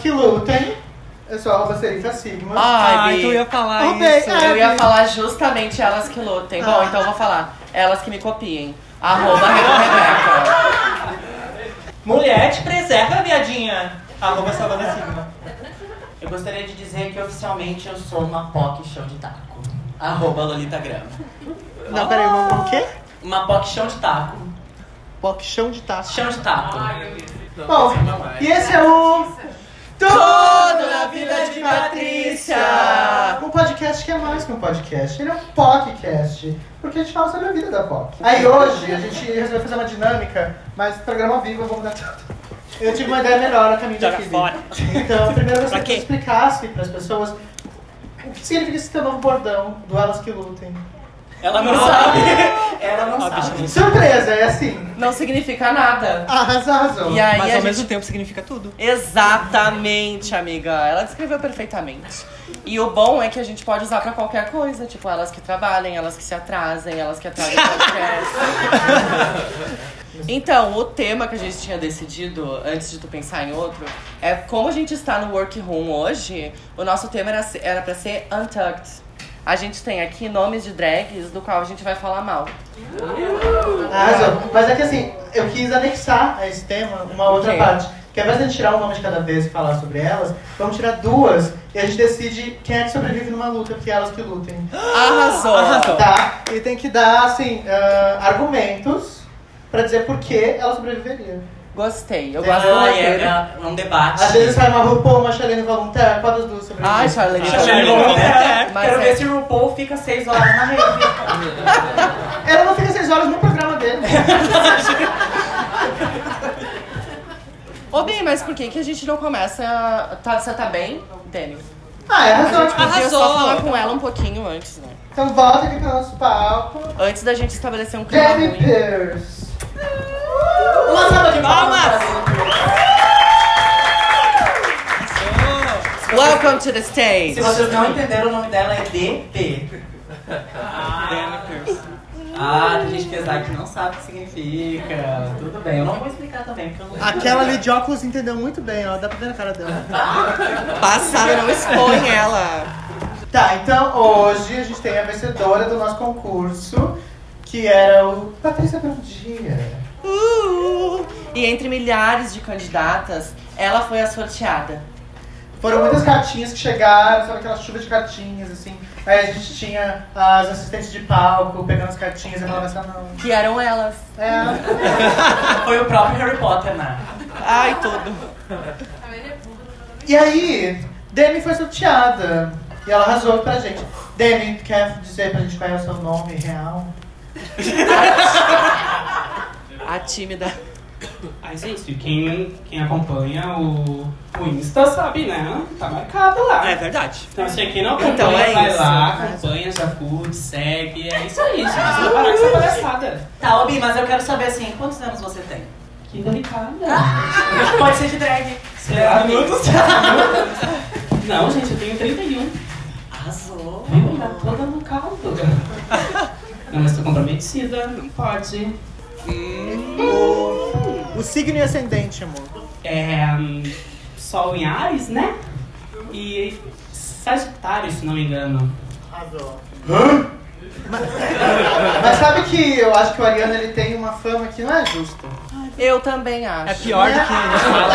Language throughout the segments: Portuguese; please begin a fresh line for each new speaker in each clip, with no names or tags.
que lutem. Eu sou arroba Serifa Sigma.
Ai,
Ai,
Bi.
tu ia falar
Odeio.
Ah, isso.
É,
Eu ia
Bi.
falar justamente elas que lutem. Bom,
Ah.
então eu vou falar. Elas que me copiem. Arroba Rebeca.
Mulher te preserva, viadinha. Arroba Savana Sigma.
Eu gostaria de dizer que oficialmente eu sou uma POC chão de taco. Arroba Lolita Grama.
Não, peraí, uma, o quê?
Uma POC chão de taco.
Box chão de taça.
Chão de taco.
Bom, e esse Então, é o.
Tudo na vida de Patrícia.
Um podcast que é mais que um podcast, ele é um podcast. Porque a gente fala sobre a vida da POC. Aí hoje a gente resolveu fazer uma dinâmica, mas programa ao vivo, eu vou mudar tudo. Eu tive uma ideia melhor a caminho
Joga
daqui. Bi.
fora.
Então, primeiro você
Pra quê?
explicasse para as pessoas o que significa esse teu novo bordão do Elas que Lutem.
Ela não sabe.
Ela não
A bicha
sabe.
não sabe.
Surpresa, é assim.
Não significa nada.
Arrasou, arrasou.
E aí
Mas
a
ao
gente
mesmo tempo significa tudo.
Exatamente, amiga. Ela descreveu perfeitamente. E o bom é que a gente pode usar pra qualquer coisa. Tipo, elas que trabalhem, elas que se atrasem, elas que atrasem o podcast. Então, o tema que a gente tinha decidido, antes de tu pensar em outro, é como a gente está no workroom hoje, o nosso tema era, se- era pra ser Untucked. A gente tem aqui nomes de drags do qual a gente vai falar mal.
Arrasou. Mas é que assim, eu quis anexar a esse tema uma outra
Ok.
parte. Que ao invés de a gente tirar um nome de cada vez e falar sobre elas, vamos tirar duas e a gente decide quem é que sobrevive numa luta, porque elas que lutem.
Ah. Arrasou!
Ah! Arrasou.
Tá? E tem que dar, assim, ah, argumentos pra dizer por que ela sobreviveria.
Gostei. Eu gosto do
Ela
roteiro.
é um debate.
Às vezes sai uma RuPaul, uma Charlene Volontaire, qual das duas sobrevive?
Ai, Charlene.
Ah, Charlene
Charlene.
Volontaire.
Mas
Quero
é-
ver se o RuPaul fica seis horas na rede.
Ela não fica seis horas no programa dele.
Ô, Bi, mas por que, que a gente não começa. a- Tá, você tá bem, Dani?
Ah, é razão.
Podia
Tipo,
só falar com ela um pouquinho antes, né?
então volta aqui pro nosso palco.
Antes da gente estabelecer um clima
Jamie
ruim.
Pierce.
Uma salva de
Palmas.
Welcome to the
Se
stage!
vocês não entenderam, o nome dela é DP.
Dana Pierce.
Ah, tem gente pesada que não sabe o que significa. Tudo bem, eu não vou explicar também, porque eu não
Aquela ali de óculos entendeu muito bem, ó. Dá pra ver na cara dela.
Passada, não expõe ela!
Tá, então hoje a gente tem a vencedora do nosso concurso, que era o Patrícia Brandia.
Uh! E entre milhares de candidatas, ela foi a sorteada.
Foram muitas cartinhas que chegaram, sabe aquela chuva de cartinhas, assim. Aí a gente tinha as assistentes de palco pegando as cartinhas e falando essa "Ah, não.
Que eram elas.
É,
Ah,
Foi o próprio Harry Potter, né?
Ai, tudo.
E aí, Demi foi sorteada. E ela arrasou pra gente. Demi, quer dizer pra gente qual é o seu nome real?
A tímida.
Mas é isso, e quem, quem acompanha o, o Insta sabe, né? Tá marcado lá.
É verdade.
Então, assim, quem não acompanha,
Então, é
vai
isso.
lá, acompanha, já curte, segue. É isso aí, gente. Precisa parar com essa palhaçada.
Tá, Obi, mas eu quero saber assim, quantos anos você tem?
Que delicada.
Pode ser de drag.
Será que- Não, gente, eu tenho 31.
Arrasou.
Viu? Tá toda no caldo. Não, mas tô comprometida, não pode.
O signo e ascendente, amor.
É. hum, Sol em Ares, né? E Sagitário, se não me engano.
Arrasou. Mas, mas sabe que eu acho que o Ariano ele tem uma fama que não é justa.
Eu também
É
acho.
pior do que a gente fala.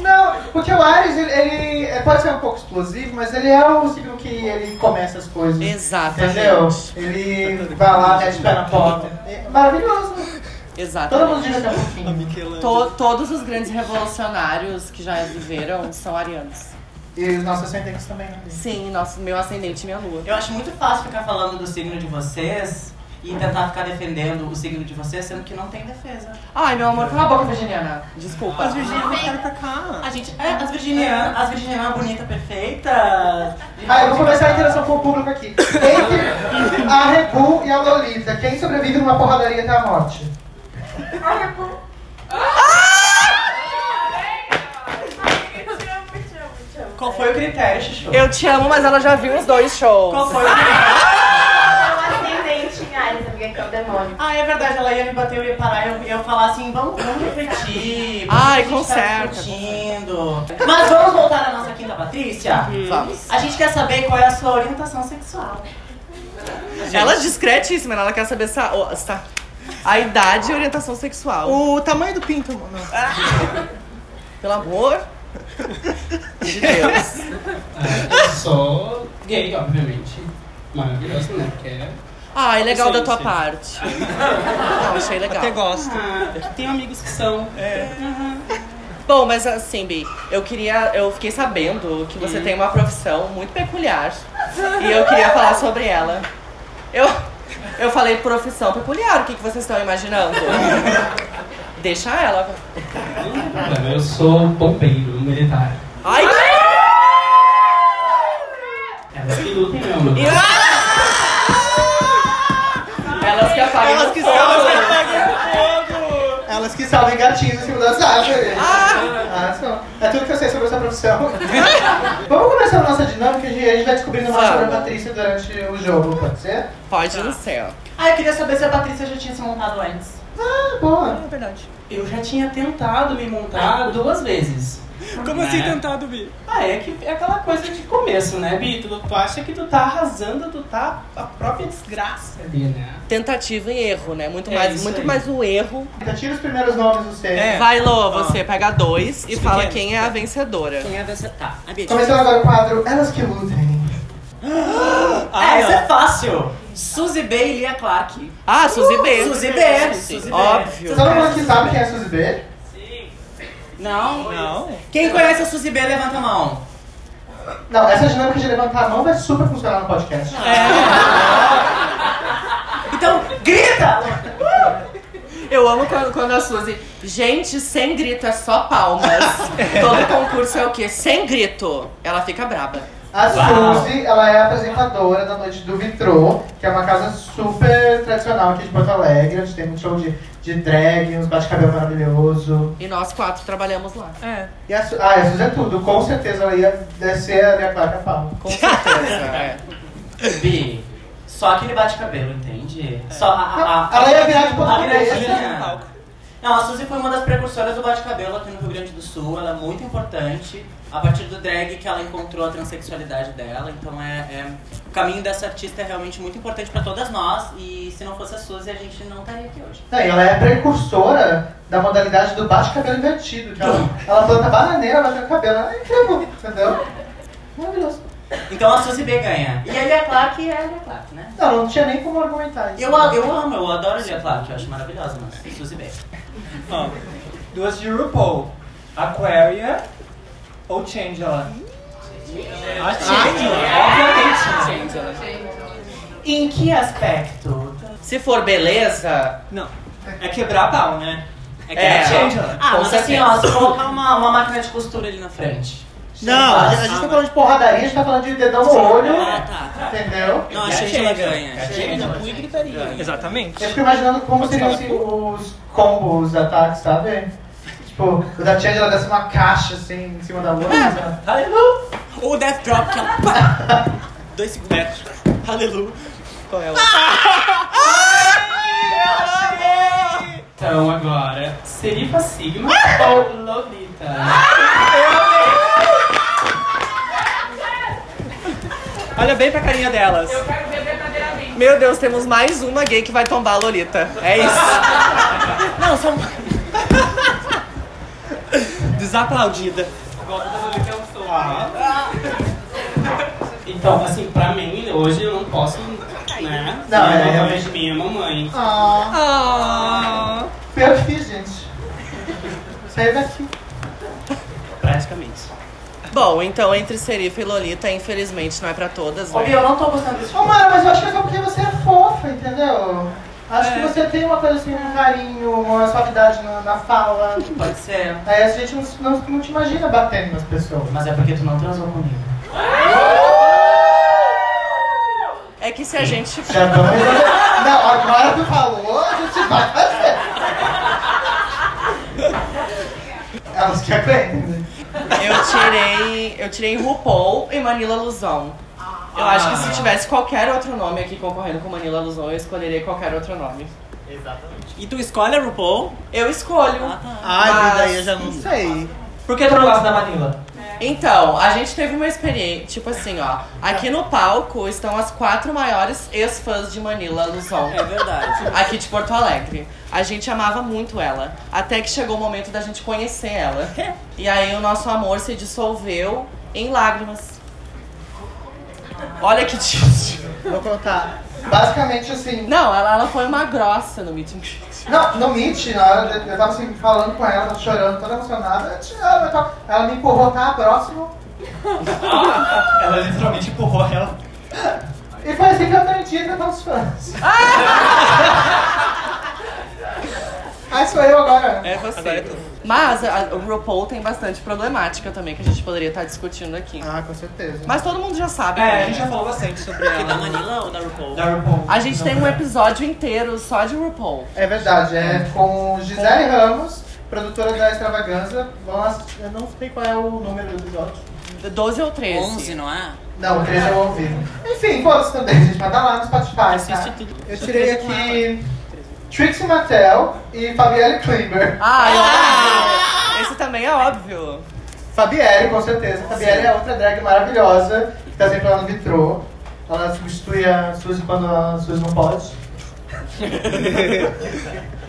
Não, porque o Ares, ele, ele é- pode ser um pouco explosivo, mas ele é o signo que ele começa as coisas.
Exatamente.
Entendeu? Ele vai lá, mete o pé na porta. É maravilhoso. Todo mundo
Exatamente.
diz que é fofinho.
To- todos os grandes revolucionários que já viveram são arianos.
E os nossos ascendentes também, né?
Sim, nosso, meu ascendente e minha lua.
Eu acho muito fácil ficar falando do signo de vocês e tentar ficar defendendo o signo de vocês, sendo que não tem defesa.
Ai, meu amor, cala a boca, Virginiana. Desculpa.
A gente, é, as virginianas, as virginianas bonitas, perfeitas.
Ah, eu vou começar a interação com o público aqui. Entre a Rebu e a Lolita, quem sobrevive numa porradaria até a morte?
Qual foi o critério, Chuchu?
Eu te amo, mas ela já viu os dois shows.
Qual foi o critério?
É um ascendente em Ares, amiga, que é o demônio.
Ah, é verdade, ela ia me bater, eu ia parar, eu ia falar assim, vamos, vamos refletir. por
Ai,
que a gente
conserta,
Tá discutindo. Mas vamos voltar à nossa quinta Patrícia?
Uhum. Vamos.
A gente quer saber qual é a sua orientação sexual.
Ela é discretíssima, ela quer saber se a, ó, se tá- a idade e orientação sexual. Ah!
O tamanho do pinto, mano.
Pelo amor de Deus.
Eu sou gay, obviamente. Maravilhoso, né? Porque é.
Ai, legal
Sim,
da tua
sim.
parte. Não, achei legal.
Até gosto.
Ah, tenho amigos que são.
É.
Uhum.
Bom, mas assim, Bi, eu queria. Eu fiquei sabendo que
Uhum.
você tem uma profissão muito peculiar. e eu queria falar sobre ela. Eu, eu falei profissão peculiar, o que, que vocês estão imaginando? Deixa ela.
um Eu sou bombeiro militar.
Ai!
Elas que lutem, meu amor.
Elas que apagam.
Elas que
fogo.
Elas que salvem gatinhos em cima das árvores. Ah, só. É tudo que eu sei sobre essa profissão. Vamos começar a nossa dinâmica e a gente vai descobrindo mais sobre a
Vamos.
Patrícia durante o jogo, pode ser?
Pode não ser. ó.
Ah, eu queria saber se a Patrícia já tinha se montado antes.
Ah, boa.
É verdade.
Eu já tinha tentado me montar duas vezes.
Como assim tentado, Bi?
É. Ah, é, que, é aquela coisa de começo, né, Bi? Tu, tu acha que tu tá arrasando, tu tá a própria desgraça ali, né?
Tentativa e erro, né? Muito
É
mais,
isso
muito
aí.
mais o erro.
Então tira os primeiros nomes dos seus.
É.
Vai, Lô, você pega dois e
Os
fala
pequenos.
quem é a vencedora.
Quem é você? Tá. A Bi.
Começando agora o quadro Elas que Lutem.
Ah,
Ah,
isso
não.
é fácil. Suzy B e Lia Clark.
Ah, Suzy B.
Suzy B, Suzy B.
Óbvio.
Todo mundo aqui sabe quem é a Suzy B?
Não?
Não.
Quem conhece a Suzy B, levanta a mão.
Não, essa dinâmica de levantar a mão vai super funcionar no podcast.
Então, grita!
Eu amo quando, quando a Suzy. Gente, sem grito é só palmas. Todo concurso é o quê? Sem grito. Ela fica braba.
A
Uau.
Suzy, ela é apresentadora da Noite do Vitrô, que é uma casa super tradicional aqui de Porto Alegre, onde tem um show de, de drag, uns bate-cabelo maravilhoso.
E nós quatro trabalhamos lá.
É.
E a Su- ah, e a Suzy é tudo, com certeza ela ia descer a minha placa pau.
Com certeza. é.
Bi, só aquele bate-cabelo, entende? Só a, a, a,
Ela ia virar de ponta
a viradinha.
cabeça.
Não, a Suzy foi uma das precursoras do bate-cabelo aqui no Rio Grande do Sul. Ela é muito importante. A partir do drag que ela encontrou a transexualidade dela. Então é, é- o caminho dessa artista é realmente muito importante pra todas nós. E se não fosse a Suzy, a gente não estaria aqui hoje.
Não, e ela é precursora da modalidade do bate-cabelo invertido, que ela, ela planta bananeira, bate no cabelo, ela é incrível, entendeu? Maravilhoso.
Então a Suzy B ganha. E a Lia Clark é a Lia Clark, né?
Não, não tinha nem como argumentar isso.
Eu, a- eu amo, eu adoro a Lia Clark, eu acho maravilhosa, mas Suzy B.
Ó, Duas de RuPaul. Aquaria ou Changela? A
Ah,
Changela. Obviamente. Changela.
Em É que aspecto?
Se for beleza,
Não. É quebrar pau, né? É quebrar
É.
Changela.
Ah,
Com
mas assim,
certeza.
ó, se colocar uma, uma máquina de costura ali na frente.
Não, a gente- a gente tá falando de porradaria, a gente tá falando de dedão no
Ah,
olho,
tá.
entendeu?
Não,
É
a
a
Shangela
Shangela.
ganha.
Uhum. É a
Shangela
Shangela.
ganha. gritaria.
Exatamente.
Eu fico imaginando como seriam assim, os combos, os ataques, sabe? Tipo, o da Change ela desce uma caixa assim em cima da
É.
ah, outra. sabe?
Ou o Death Drop, que ela. Dois segundos. Aleluia.
qual é o.
Então agora, Serifa Sigma ou Lolita?
Olha bem pra carinha delas.
Meu Deus, temos mais uma gay que vai tombar a Lolita. É isso.
Não, são. Desaplaudida.
Então, assim, pra mim, hoje eu não posso, né?
Não, é,
minha mamãe,
realmente.
minha mamãe.
Ah,
Ah.
foi eu que fiz, gente. Saiu daqui.
Praticamente.
Bom, então entre Serifa e Lolita, infelizmente não é pra todas,
Ô, Bia,
né?
eu não tô gostando desse
Ô,
jogo.
Mara, mas eu acho que é só porque você é fofa, entendeu? Acho
É.
que você tem uma coisa assim, um carinho, uma suavidade na, na fala.
Pode ser.
Aí a gente não, não, não te imagina batendo nas pessoas.
Mas é porque tu não transou comigo.
É que se a gente.
Já vamos resolver. Não, agora tu falou, a gente vai fazer. Elas que aguentam, né?
Eu tirei. Eu tirei RuPaul e Manila Luzão. Eu acho
Ah.
que se tivesse qualquer outro nome aqui concorrendo com Manila Luzon, eu escolheria qualquer outro nome.
Exatamente.
E tu escolhe a RuPaul?
Eu escolho.
Ah,
Ah,
tá.
tá.
Ai,
Mas-
mas daí eu já não
Não
sei.
sei.
Por que tu não gosta da Manila?
Então, a gente teve uma experiência, tipo assim, ó. Aqui no palco estão as quatro maiores ex-fãs de Manila Luzon.
É verdade.
Aqui de Porto Alegre. A gente amava muito ela. Até que chegou o momento da gente conhecer ela. E aí o nosso amor se dissolveu em lágrimas. Olha que triste.
Vou contar. Basicamente assim.
Não, ela, ela foi uma grossa no meet and greet.
Não, não mente, na hora de- eu tava assim, falando com ela, tava chorando, toda emocionada. Eu te amo, eu tava- Ela me empurrou, tá? Próximo.
Ela literalmente empurrou ela.
E foi assim que eu aprendi a tratar os fãs. Aí sou eu agora.
É
Agora é tu.
você. Mas a, o RuPaul tem bastante problemática também que a gente poderia estar discutindo aqui.
Ah, com certeza.
Mas todo mundo já sabe.
É,
né?
a gente já falou bastante sobre
Que da
ela.
Manila ou da RuPaul?
Da RuPaul.
A gente
Não,
tem um episódio inteiro só de RuPaul.
É verdade, é com Gisele Ramos, produtora da Extravaganza. Vão ass- Eu não sei qual é o número do episódio.
12 ou 13.
11, não é?
Não, três eu ouvi. Enfim, foda-se também, gente. Mas tá lá no Spotify. Tá?
Assiste tudo.
Eu tirei aqui Trixie Mattel e Fabielle Klimber.
Ah, é óbvio. Esse também é óbvio.
Fabielle, com certeza. Fabielle é outra drag maravilhosa que tá sempre lá no vitrô. Ela substitui a Suzy quando a Suzy não pode.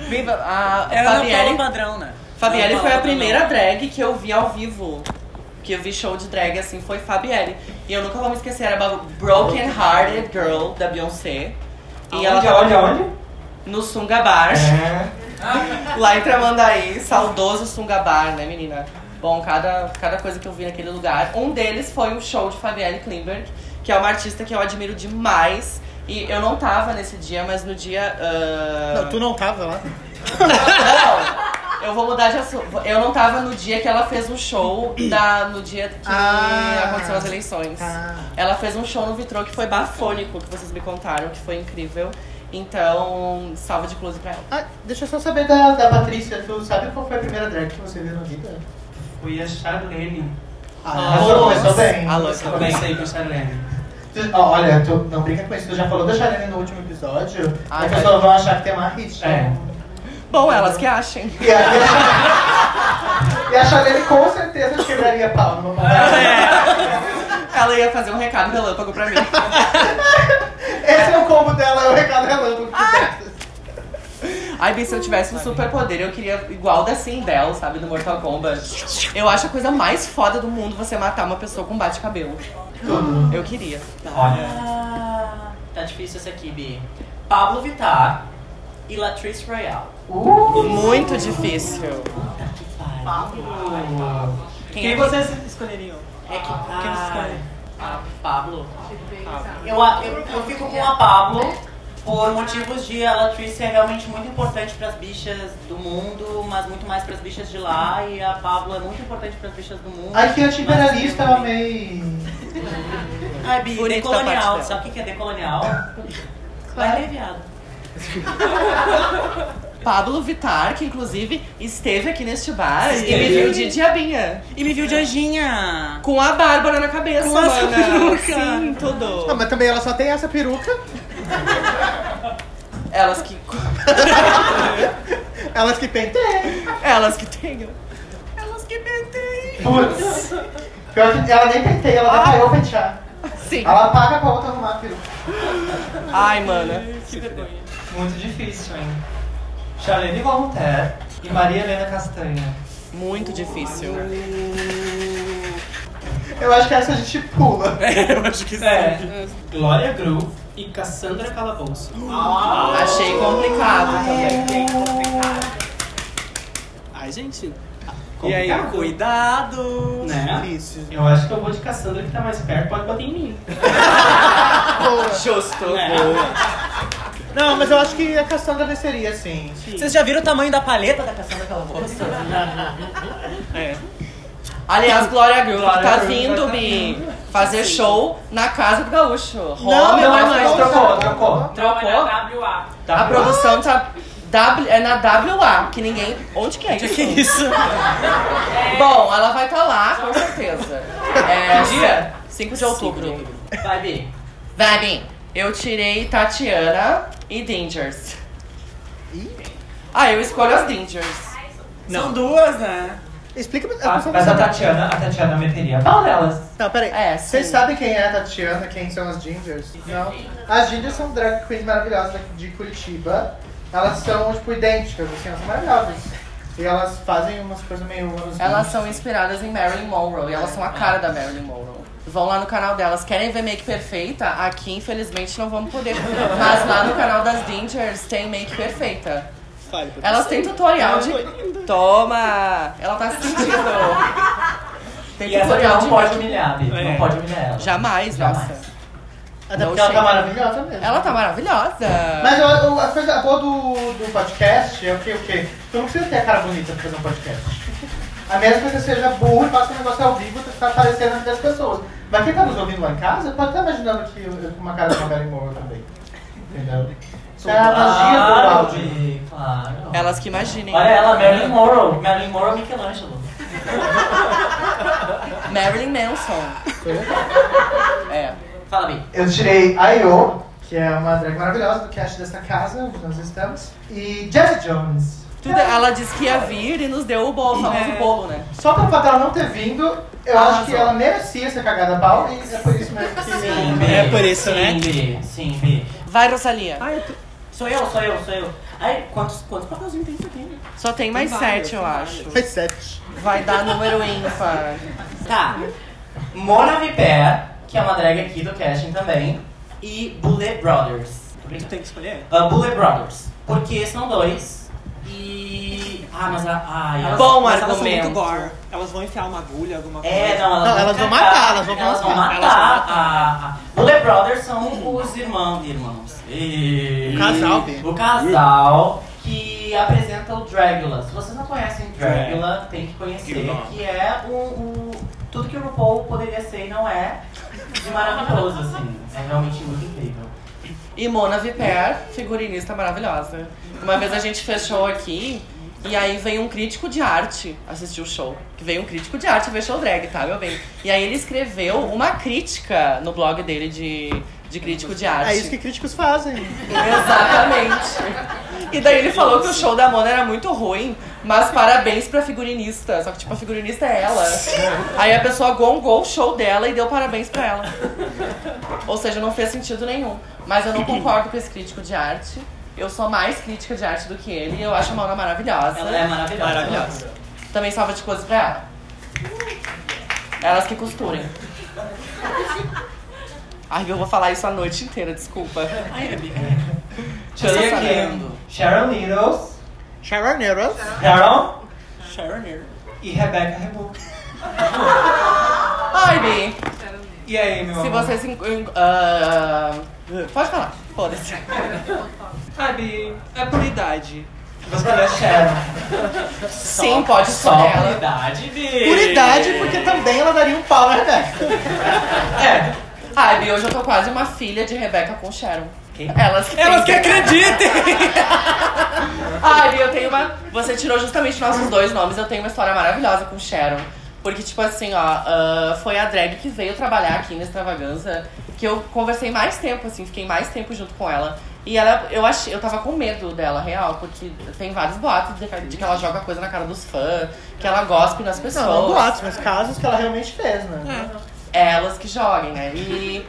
Viva a
Era Fabielle...
Fabielle.
Paula Padrão, né?
Fabielle
Ana
foi a
Paula
primeira
Padrão.
drag que eu vi ao vivo. Que eu vi show de drag assim, foi Fabielle. E eu nunca vou me esquecer, era a Broken Hearted Girl da Beyoncé. E ela
Onde,
tava
onde, onde?
no Sunga Bar,
É.
lá em Tramandaí, saudoso Sunga Bar, né, menina? Bom, cada, cada coisa que eu vi naquele lugar. Um deles foi o show de Fabielle Klimberg, que é uma artista que eu admiro demais. E eu não tava nesse dia, mas no dia. ah,
Não, tu não tava lá?
Não, eu vou mudar de assunto. Eu não tava no dia que ela fez um show da, no dia que
Ah.
aconteceu as eleições.
Ah.
Ela fez um show no Vitrô que foi bafônico, que vocês me contaram, que foi incrível. Então, salva de close pra ela.
Ah, deixa eu só saber da, da Patrícia. Tu sabe qual foi a primeira drag que você viu na vida?
Fui a Charlene.
Ah, já começou bem.
Alô,
Eu comecei com a Charlene.
Tu- ó, Olha, tu não brinca com isso. Tu já falou da Charlene no último episódio.
Ah,
as
é.
pessoas vão achar que tem uma hit.
É.
né?
Bom, elas que achem.
E a, e a Charlene com certeza te quebraria pau numa conversa.
Ela ia fazer um recado relâmpago pra mim.
Esse é o combo dela, é o recado relâmpago.
Ai, Bi, se eu tivesse um superpoder, eu queria igual da Sindel, sabe, do Mortal Kombat. Eu acho a coisa mais foda do mundo você matar uma pessoa com bate-cabelo. Eu queria.
Olha.
Ah, tá difícil essa aqui, Bi. Pablo Vittar e Latrice Royale.
Uh,
Muito difícil.
Que pariu.
Quem,
Quem
é?
vocês escolheriam?
É que
Quem vocês
pariu.
escolhem?
Ah, Pablo. Eu, a- eu, eu fico com a Pablo por motivos de a Latrice é realmente muito importante pras bichas do mundo, mas muito mais pras bichas de lá. E a Pablo é muito importante pras bichas do mundo.
Ai, que antiimperialista, eu
mas-
amei.
Ai, Bi,
Bonito da parte
decolonial.
dela.
Sabe o que que é decolonial? Vai ler, viado.
Pablo Vittar, que inclusive esteve aqui neste bar e
Esteve.
me viu de diabinha.
E me viu de anjinha.
Com a Bárbara na cabeça,
Com essa
mana.
peruca.
Sim, tudo.
Não, mas também ela só tem essa peruca.
Elas que.
Elas que penteia.
Elas que tenham. Elas que mentem.
Putz. Pior que ela nem penteia, ela nem pagou pentear.
Sim.
Ela paga pra outra arrumar a peruca.
Ai, mana.
Que vergonha.
Muito difícil, hein? Charlene Voltaire e Maria Helena Castanha.
Muito difícil.
Eu acho que essa a gente pula.
eu acho que sim.
É. Glória Groove e Cassandra Calabouço.
Achei complicado
é.
também.
Ai, gente. E aí,
Complicado.
cuidado.
Né?
Difícil.
Eu acho que eu vou de Cassandra que tá mais perto, pode bater em mim. Né?
Justo.
Boa.
Não, mas eu acho que
E a Cassandra desceria, assim.
Vocês já viram o tamanho da paleta da Cassandra Calabouço? é.
Aliás, Glória Groove
Glória
tá
Groove
vindo,
tá
Bi, fazer show na casa do Gaúcho.
Não,
Roma
não,
é
não,
mais
não,
trocou.
não.
trocou.
Trocou? A
Tá pronto.
produção tá. W, é na WA, que ninguém. Onde que é isso?
Que isso?
Bom, ela vai estar lá, com tá certeza. É,
Que dia?
se- 5 de outubro.
Vai, Bi.
Vai, Bim. Eu tirei Tatiana e Dangers. Ah, eu escolho as Dangers.
São duas, né?
Explica pra
Ah,
pessoa
mas
não
a
sabe.
Tatiana, a Tatiana meteria a pau nelas.
Não, peraí.
É,
Vocês
sim.
sabem quem é a Tatiana, quem são as Gingers? Não. As Gingers são drag queens maravilhosas daqui de Curitiba. Elas são, tipo, idênticas, assim, elas são maravilhosas. E elas fazem umas coisas meio anos
Elas
20.
são inspiradas em Marilyn Monroe e elas são a cara da Marilyn Monroe. Vão lá no canal delas. Querem ver make perfeita? Aqui, infelizmente, não vamos poder. Mas lá no canal das Dangers tem make perfeita. Elas têm tutorial de. Toma! Ela tá se sentindo. Tem
E essa aqui
tá
tutorial
um
não
de.
pode
tipo
make-
humilhar, Bi.
É.
Não pode humilhar ela.
Jamais,
Jamais.
nossa.
Até
Não
porque ela tá
chega.
maravilhosa mesmo.
Ela tá maravilhosa.
Mas eu- eu- a coisa boa do, do podcast é o que? O quê? Tu não precisa ter a cara bonita pra fazer um podcast. A mesma que você seja burro e faça um negócio ao vivo, tu tá aparecendo na vida das pessoas. Mas quem tá nos ouvindo lá em casa pode estar imaginando que eu eu com uma cara de Mabel Moura também. Entendeu? Isso é a magia do
Claro,
áudio.
Bi, claro.
Elas que imaginem.
Olha ela, Marilyn Monroe. Marilyn Monroe é Michelangelo.
Marilyn Manson. É.
Fala, Bi.
Eu tirei a Io, que é uma drag maravilhosa do cast dessa casa, onde nós estamos, e Jesse Jones.
Tudo, ela disse que ia vir e nos deu o bolo, o famoso bolo, né?
Só pelo fato dela não ter vindo, eu
Arrasou.
acho que ela merecia ser cagada a pau e é por isso mesmo que.
Sim, Bi.
É por isso,
Sim,
né?
Bi. Sim, Bi.
Vai, Rosalia.
Sou eu, sou eu, sou eu. Ai, quantos, quantos papelzinhos tem isso aqui?
Só tem mais sete, eu acho.
Foi sete.
Vai dar número ímpar.
Tá. Mona Viper, que é uma drag aqui do casting também. E Bullet Brothers. Tô
Tu
brincando.
tem que escolher?
Ah, Bullet Brothers. Porque são dois. E. Ah, mas a. Ai, elas-
Bom
mas elas são
argumento.
muito gore.
Elas vão enfiar uma agulha, alguma coisa.
É, não, elas,
Não, elas vão
cagar,
matar, elas vão
elas vão
matar,
matar.
elas vão
A, a- Bullet Brothers são os irmãos. irmãos. E-
O casal, Bi.
O casal que apresenta o Dragula. Se vocês não conhecem Dragula, tem que conhecer,
Dragula.
que é o, o- tudo que o RuPaul poderia ser e não é. De maravilhoso, assim. É realmente muito incrível.
E Mona Viper, figurinista maravilhosa. Uma vez a gente fechou aqui e aí veio um crítico de arte assistir o show. Que veio um crítico de arte ver show drag, tá, meu bem? E aí ele escreveu uma crítica no blog dele de, de crítico de arte.
É isso que críticos fazem.
Exatamente. E daí ele falou que o show da Mona era muito ruim, mas parabéns pra figurinista. Só que, tipo, a figurinista é ela. Aí a pessoa gongou o show dela e deu parabéns pra ela. Ou seja, não fez sentido nenhum. Mas eu não concordo com esse crítico de arte. Eu sou mais crítica de arte do que ele. Eu acho a Mona maravilhosa.
Ela é maravilhosa.
Maravilhosa.
Também salva de coisas pra ela. Elas que costurem. Ai, eu vou falar isso a noite inteira, desculpa.
Ai, amiga.
Deixa eu
é
Tirei
só
aqui.
ver.
Sharon Needles.
Charoneiros.
Sharon
Sharoneer.
e Rebecca Rebu.
Ai, Bi.
E aí, meu
Se
amor?
você se. en- en- ah, pode falar, foda-se.
Sabe, é por idade.
Você é escolheu Sharon.
Sim, pode
Só
só
por
ela.
idade, Bi.
Por idade, porque também ela daria um pau na Rebeca.
É.
Ai, Bi, Ah, hoje eu tô quase uma filha de Rebeca com Sharon. Elas que,
Elas que
têm-
acreditem!
Ai, Bi, eu tenho uma. Você tirou justamente nossos dois nomes, eu tenho uma história maravilhosa com Sharon. Porque, tipo assim, ó, ah, foi a drag que veio trabalhar aqui na Extravaganza que eu conversei mais tempo, assim, fiquei mais tempo junto com ela. E ela, eu achei, eu tava com medo dela, real, porque tem vários boatos de, de que ela joga coisa na cara dos fãs, que ela gospe nas pessoas.
Não, não boatos, mas casos que ela realmente fez,
É.
né?
elas que joguem, né? E,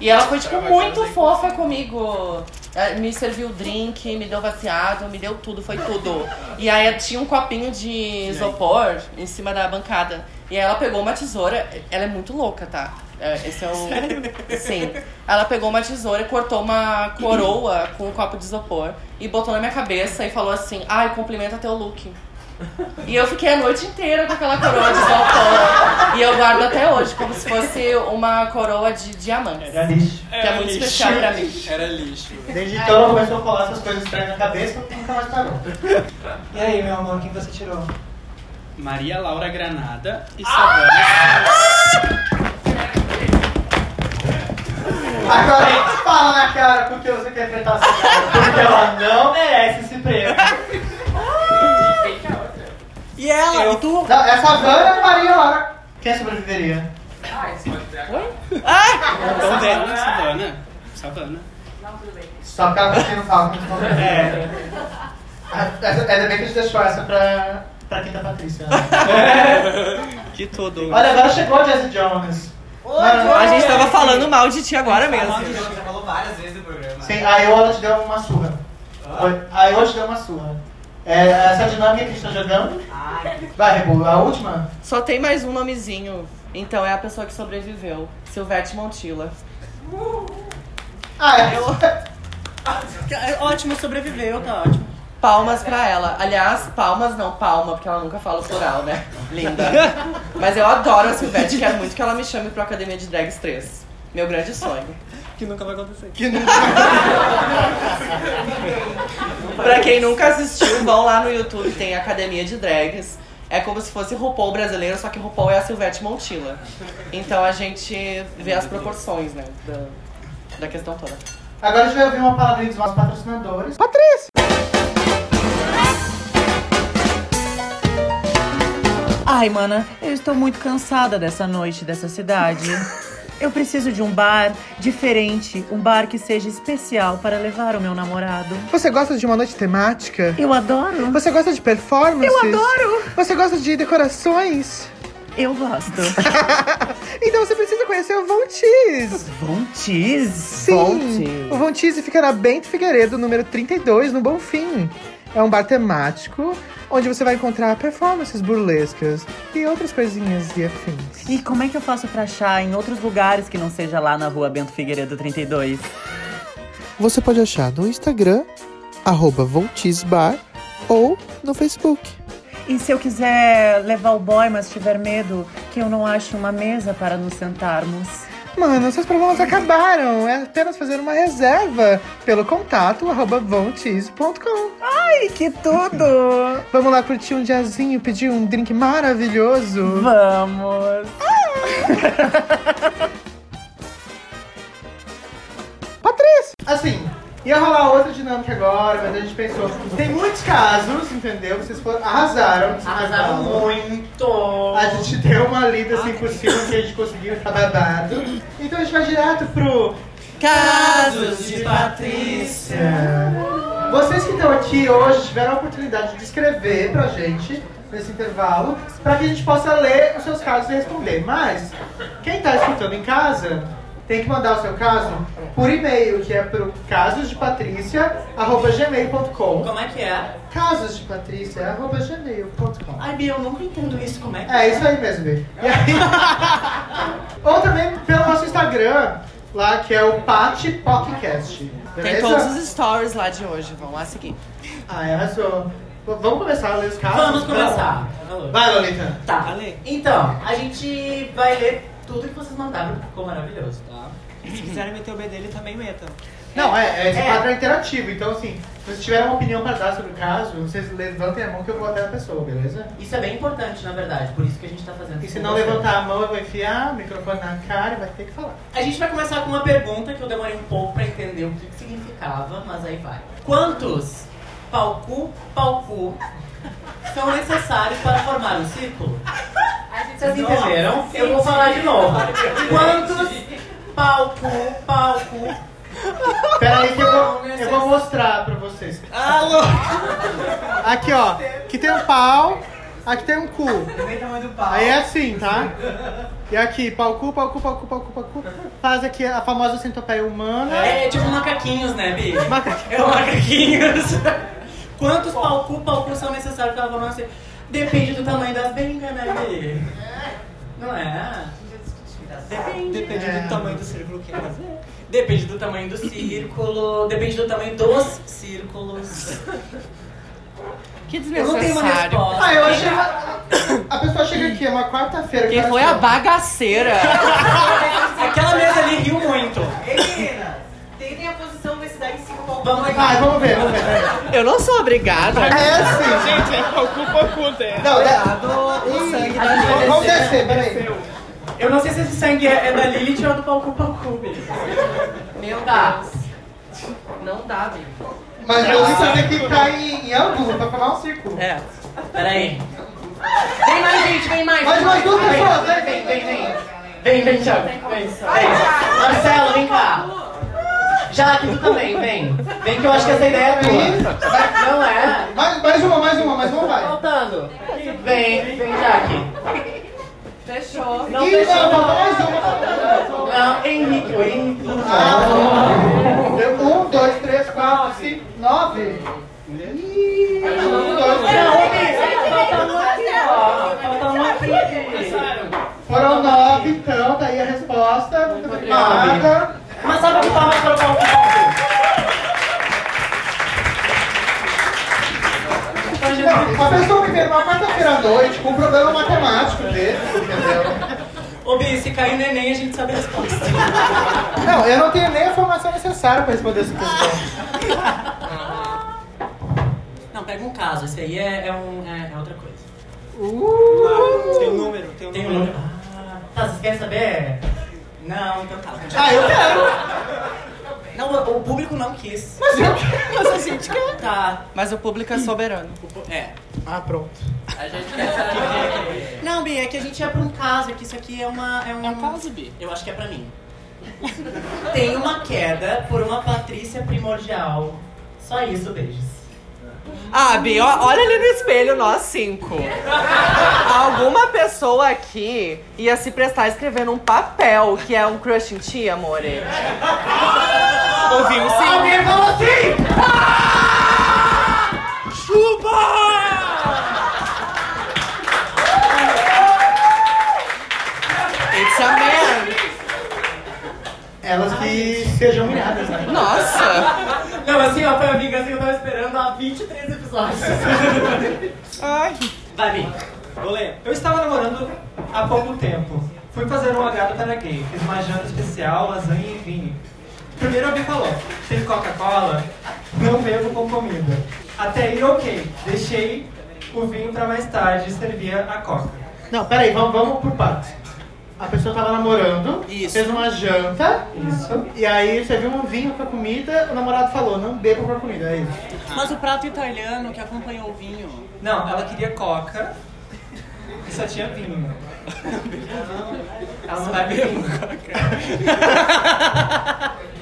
e ela foi, tipo, muito fofa comigo. Eh, Me serviu drink, me deu vaciado, me deu tudo, foi tudo. E aí tinha um copinho de isopor em cima da bancada. E aí ela pegou uma tesoura, ela é muito louca, tá? Eh, Esse é o. Sim. Ela pegou uma tesoura e cortou uma coroa com um copo de isopor e botou na minha cabeça e falou assim: ai, cumprimenta teu look. E eu fiquei a noite inteira com aquela coroa de isopor. e eu guardo até hoje, como se fosse uma coroa de diamantes.
Era lixo.
Que é muito especial pra mim.
Era lixo.
Desde então ela começou a colar essas coisas estranhas na cabeça e nunca mais parou.
E aí, meu amor, quem você tirou?
Maria Laura Granada e
Ah!
Savana.
Agora fala na cara porque você quer enfrentar essa cara.
Porque ela não merece esse prêmio.
E ela? E tu?
Não, essa Vanna Maria Laura. Quem sobreviveria?
Ah, isso pode pegar.
Oi? Ah!
Savana, Savana. Savana.
Não, tudo bem.
Só porque ela tá não fala muito bom.
É.
Ainda bem que a gente deixou essa pra, pra quinta Patrícia. né?
De tudo.
Olha, agora chegou a Jesse Jones. Mano,
A gente tava falando mal de ti agora mesmo.
Falando de jogo, já falou várias vezes no programa.
Sim, a Iola te deu uma surra. Oi, A Iola te deu uma surra. É, essa dinâmica que a gente tá jogando.
Ai,
Vai, Rebu, a última?
Só tem mais um nomezinho. Então é a pessoa que sobreviveu. Silvete Montila.
Ah, é.
Ótimo, sobreviveu, tá ótimo.
Palmas pra ela. Aliás, palmas não, palma, porque ela nunca fala o plural, né? Linda. Mas eu adoro a Silvete, quero muito que ela me chame pra Academia de Drags 3. Meu grande sonho.
Que nunca vai acontecer.
Pra quem nunca assistiu, vão lá no YouTube, tem Academia de Drags. É como se fosse RuPaul brasileiro, só que RuPaul é a Silvete Montila. Então a gente vê as proporções, né? Da, da questão toda.
Agora a gente vai ouvir uma palavrinha dos nossos patrocinadores.
Ai, mana, eu estou muito cansada dessa noite, dessa cidade. Eu preciso de um bar diferente, um bar que seja especial para levar o meu namorado.
Você gosta de uma noite temática?
Eu adoro.
Você gosta de performances?
Eu adoro!
Você gosta de decorações?
Eu gosto.
Então você precisa conhecer o Von Teese.
Vontis.
Sim! O Von Teese fica na Bento Figueiredo, número 32, no Bonfim. É um bar temático, onde você vai encontrar performances burlescas e outras coisinhas e afins.
E como é que eu faço pra achar em outros lugares que não seja lá na rua Bento Figueiredo 32?
Você pode achar no Instagram, arroba Von Teese Bar, ou no Facebook.
E se eu quiser levar o boy, mas tiver medo que eu não ache uma mesa para nos sentarmos?
Mano, seus problemas acabaram. É apenas fazer uma reserva pelo contato arroba vontease.com.
Ai, que tudo!
Vamos lá curtir um diazinho, pedir um drink maravilhoso.
Vamos!
Assim, ia rolar outra dinâmica agora, mas a gente pensou. Tem muitos casos, entendeu? Vocês foram, arrasaram. nesse
Arrasaram
casal.
muito.
A gente deu uma lida assim por cima que a gente conseguiu, tá babado. Então a gente vai direto pro.
Casos de Patrícia.
É. Vocês que estão aqui hoje tiveram a oportunidade de escrever pra gente nesse intervalo, pra que a gente possa ler os seus casos e responder. Mas, quem tá escutando em casa, tem que mandar o seu caso por e-mail, que é pro casosdepatricia.gmail.com
Como é que é?
casosdepatricia.gmail.com
Ai, Bia, eu nunca entendo isso, como é que
É isso aí mesmo, Bi. E aí... Ou também pelo nosso Instagram, lá que é o Pati Podcast.
Tem
Beleza?
todos os stories lá de hoje, vão lá seguir.
Ah, é, arrasou. V- Vamos começar a ler os casos?
Vamos começar.
Vai, Lolita.
Tá.
Ale.
Então, a gente vai ler tudo que vocês mandaram, porque ficou maravilhoso, tá?
Se quiserem meter o B dele, também metam.
Não, é, é, esse
É.
quadro é interativo, então assim, se vocês tiverem uma opinião pra dar sobre o caso, vocês levantem a mão que eu vou até a pessoa, beleza?
Isso é bem importante, na verdade, por isso que a gente tá fazendo
E
isso
se
com
não
vocês.
levantar a mão, eu vou enfiar o microfone na cara e vai ter que falar.
A gente vai começar com uma pergunta que eu demorei um pouco pra entender o que que significava, mas aí vai. Quantos palcu, palcu são necessários para formar um círculo?
A gente
Vocês
assim,
entenderam? Eu vou falar de novo. Quantos palcu, palcu
Pera aí que eu vou, eu vou mostrar pra vocês.
Alô!
Aqui, ó, aqui tem um pau, aqui tem um cu.
nem tamanho do pau.
Aí é assim, tá? E aqui, pau cu, pau cu, pau cu, pau cu, pau cu. Faz aqui a famosa centopeia humana.
É tipo macaquinhos, né, Bi?
Macaquinho.
É o macaquinhos. Quantos palcu, palcu são necessários para formar um círculo? Depende do tamanho das bengas, né, Bi? Não é? Depende.
Depende do tamanho do círculo que é.
Depende do tamanho do círculo, depende do tamanho dos círculos.
Que
Eu não tenho uma
desnecessário.
resposta.
Ah, eu achei. A pessoa chega aqui, é uma quarta-feira.
Quem
cara,
foi
assim,
a bagaceira?
Aquela mesa ali riu muito.
meninas, tentem a posição, vai se dar em cinco palcos.
Vai,
Vamos lá.
vamos ver, vamos ver. peraí.
Eu não sou obrigada.
É assim.
Gente, é palco palco dela.
Não, é-
O sangue da
vamos- vamos descer, peraí.
Eu não sei se esse sangue é, é da Lilith ou do palco palco. Bi.
Meu
Tá.
Não dá, amigo.
Mas eu você tem que ficar em, em ângulo pra formar um círculo.
É.
Peraí. Vem mais, gente, vem mais.
Mais umas duas pessoas, né? vem,
Vem, vem, vem.
Vem, vem, Thiago. Vem.
Vai, Thiago.
Vem. Marcelo, vem cá. Jaque, tu também, vem. Vem que eu acho que essa ideia é tua. Não é?
Mais, mais uma, mais uma, mais uma, vai.
Voltando. Vem, vem, Jaque.
Fechou.
Não
Ih,
deixa
não,
eu
não,
falar.
mais uma, faltando mais uma.
Não, Henrique, o Henrique.
Eu- Um, dois, três, quatro, cinco, Ah. nove. Ih, um, dois, três.
um
Foram nove, então, tá aí a resposta. Muito obrigada.
Mas sabe o que tá mais pra contar?
Não, a pessoa que vem numa quarta-feira à noite com um problema matemático desse, entendeu?
um-
Ô, Bi, se cair neném, a gente sabe a resposta.
Não, eu não tenho nem a formação necessária pra responder essa questão.
Não, pega um caso. Esse aí é, é um, é, é outra coisa.
Tem um número, tem um
Tem
número.
um... Ah, tá, vocês querem saber? Não, então tá.
Ah, eu quero!
Não, o- o público não quis.
Mas eu quero!
Mas a gente quer. Tá.
Mas o público é soberano.
O pu- É.
Ah, pronto.
A gente quer saber. Não, Bi, é que a gente é pra um caso, é que isso aqui é uma. É um, caso, Bi. Eu acho que é pra mim. Tem uma queda por uma Patrícia primordial. Só isso, beijos.
Ah, Bi, ó- olha ali no espelho, nós cinco. Alguma pessoa aqui ia se prestar a escrever num papel que é um crush em ti, amore.
Ouviu sim.
Alguém falou assim!
It's a man.
Elas que sejam humilhadas, né?
Nossa.
Não, assim, ó, foi a vingança que eu tava esperando há 23 episódios.
Ai.
Vai, Bi.
Vou ler. Eu estava namorando há pouco tempo. Fui fazer um agrado para gay. Fiz uma janta especial, lasanha e vinho. Primeiro alguém falou, tem Coca-Cola? Não bebo com comida. Até aí, ok. Deixei o vinho para mais tarde e servia a Coca.
Não, peraí, vamos, vamos por partes. A pessoa tava namorando,
Isso.
fez uma janta,
Isso.
e aí você viu um vinho pra comida, o namorado falou, não beba pra comida, é isso.
Mas o prato italiano que acompanhou o vinho.
Não, ela queria Coca e só tinha vinho. Ela não vai beber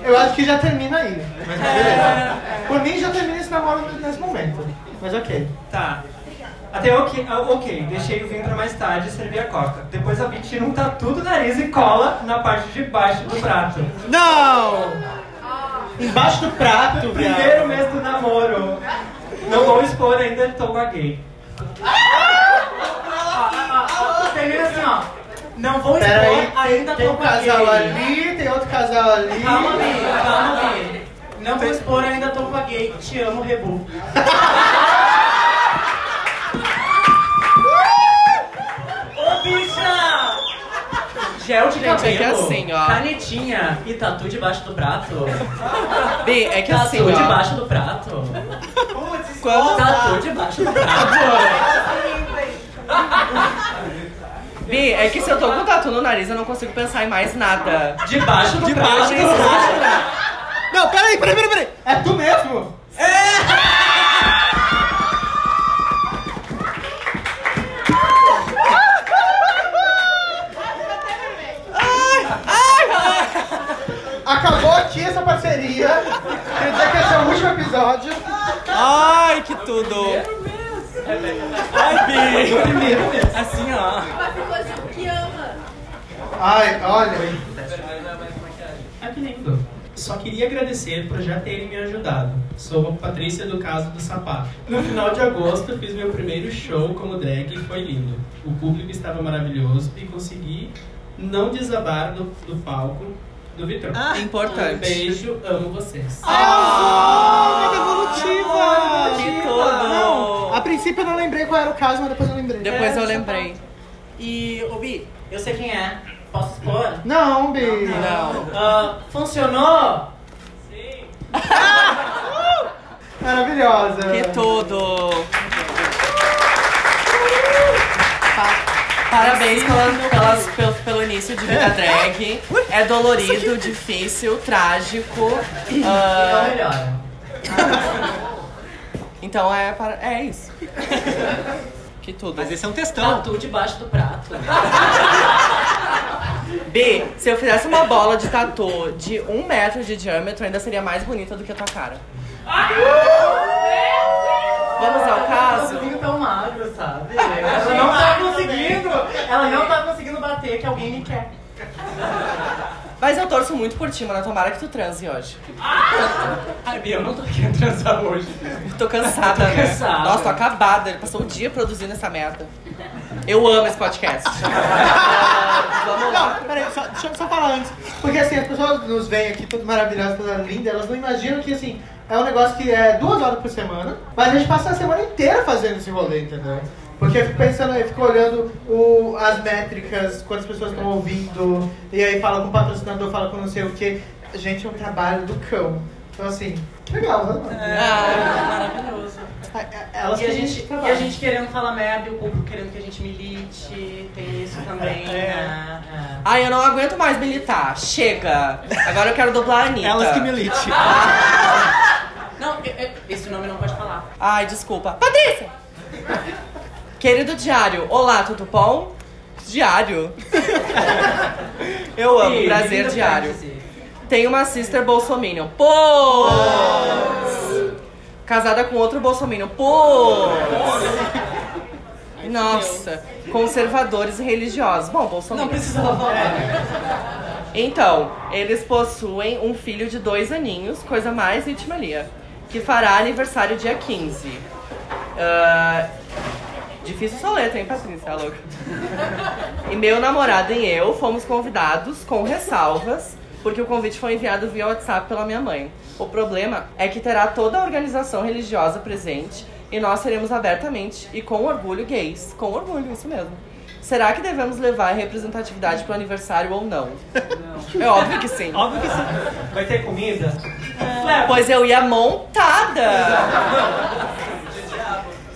Eu acho que já termina aí, né? mas tá, beleza. Por mim já termina esse namoro nesse momento. Mas ok.
Tá. Até ok, ah, ok, deixei o vinho pra mais tarde e servi a coca. Depois a Vi tira um tatu do nariz e cola na parte de baixo do prato.
Não! Embaixo do prato,
Primeiro
viado.
mês do namoro. Não vou expor ainda, estou com a gay. Ah,
Termina assim, ó. Não vou expor,
Peraí,
ainda
tem
tô
um
com a
casal
gay.
ali, tem outro casal ali.
Calma, Bi, calma, Bi. Não vou expor, ainda tô com a gay. Te amo, Rebu. Ô, bicha! Gel de cabelo,
Gente, é que assim, ó.
canetinha e tatu debaixo do prato.
Bi, é que assim,
tatu
ó.
debaixo do prato.
Quando,
Tatu debaixo do prato.
Bi, é que se eu tô com tatu no nariz, eu não consigo pensar em mais nada.
Debaixo do prato.
Não, peraí, peraí, peraí, peraí. É tu mesmo? Acabou aqui essa parceria. Quer dizer que esse é o último episódio.
Ai, que tudo. Ai, Bi.
Primeiro mês.
Assim, ó.
Ela ficou assim, que ama.
Ai, olha.
Ah, que lindo. Só queria agradecer por já terem me ajudado. Sou a Patrícia do caso do sapato. No final de agosto fiz meu primeiro show como drag e foi lindo. O público estava maravilhoso e consegui não desabar do, do palco do Vitrão. Um
Importante.
beijo, amo vocês.
Ah, evolutiva.
Que
Não, a
tudo.
princípio eu não lembrei qual era o caso, mas depois eu lembrei.
Depois eu lembrei.
E, ô, Bi, eu sei quem é. Posso expor?
Não, Bi.
Não.
Ah, funcionou?
Maravilhosa.
Que tudo. Pa- Parabéns pela- pelas- pelo, pelo início de vida drag. É dolorido, difícil, trágico.
Então
Ah,
melhora.
então é, para- é isso. Que tudo.
Mas esse é um textão.
Tatu debaixo do prato.
B, Bi, se eu fizesse uma bola de tatu de um metro de diâmetro, ainda seria mais bonita do que a tua cara. Vamos ao caso? é
Eu tô é tão magro, sabe? Ela não tá conseguindo.
né?
Ela não tá conseguindo bater que alguém me quer.
Mas eu torço muito por ti, mano. Tomara que tu transe hoje.
Ai, Bia, eu não tô querendo transar hoje.
Tô cansada, né?
cansada.
Nossa, tô acabada. Ele passou o dia produzindo essa merda. Eu amo esse podcast. Vamos lá.
Não, peraí, só, deixa eu só falar antes. Porque assim, as pessoas nos veem aqui todas maravilhosas, todas lindas, elas não imaginam que assim, é um negócio que é duas horas por semana, mas a gente passa a semana inteira fazendo esse rolê, entendeu? Porque eu fico pensando, eu fico olhando o- as métricas, quantas pessoas estão ouvindo, e aí fala com o patrocinador, fala com não sei o quê. Gente, é um trabalho do cão. Então assim, legal, né?
Maravilhoso.
É. Elas
É. E a
têm
gente,
trabalho.
e a gente querendo falar merda e o público querendo que a gente milite. Tem isso também, né?
Ai, eu não aguento mais militar. Chega. Agora eu quero dublar a Anitta.
Elas que milite.
É. Não, e- e- esse nome não pode falar.
Ai, desculpa. Patrícia! Querido Diário, olá, tudo bom? Diário. Eu amo,
Ih,
prazer
bem-vindo,
diário.
Francis.
Tem uma sister bolsominion. Pô! Casada com outro bolsominion. Pô! Nossa, conservadores e religiosos. Bom, Bolsonaro.
Não precisava falar.
Então, eles possuem um filho de dois aninhos, coisa mais íntima ali, que fará aniversário dia 15. Ah, difícil só letra, hein, Patrícia, Tá louca? E meu namorado e eu fomos convidados com ressalvas, porque o convite foi enviado via WhatsApp pela minha mãe. O problema é que terá toda a organização religiosa presente e nós seremos abertamente e com orgulho gays. Com orgulho, isso mesmo. Será que devemos levar a representatividade pro aniversário ou não? É óbvio que sim.
Óbvio que sim. Vai ter comida?
Pois eu ia montada!
É.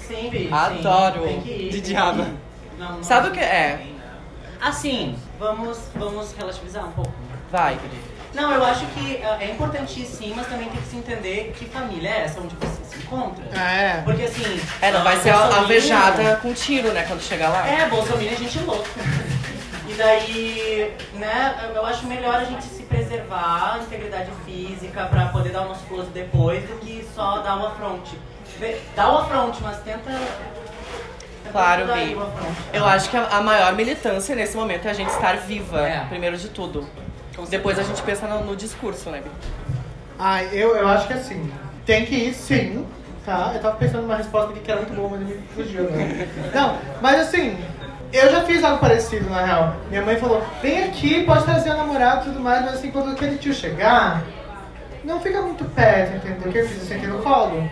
Sim, Bi. sim.
Adoro.
Tem que ir.
De
tem que
diabo.
ir. Não, não.
Sabe o que é?
Assim, vamos, vamos relativizar um pouco.
Vai.
Não, eu acho que ah, é importante ir sim, mas também tem que se entender que família é essa onde você se encontra.
É.
Porque assim.
É, não vai ser a-
Bolsonaro-
alvejada com tiro, né, quando chegar lá.
É, Bolsonaro é gente louca. E daí, né, eu acho melhor a gente se preservar, a integridade física, pra poder dar o nosso close depois, do que só dar o afronte. Vê- Dá o afronte, mas tenta. tenta
Claro,
mudar aí
Bi.
o afronte.
Eu acho que a, a maior militância nesse momento é a gente estar viva,
É.
primeiro de tudo. Depois a gente pensa no, no discurso, né, Bi?
Ai, Ah, eu, eu acho que assim, tem que ir sim, tá? Eu tava pensando numa resposta aqui que era muito boa, mas me fugiu, né? Não, mas assim, eu já fiz algo parecido, na real. Minha mãe falou, vem aqui, pode trazer o namorado e tudo mais, mas assim, quando aquele tio chegar, não fica muito perto, entendeu? Que eu fiz assim aqui no colo.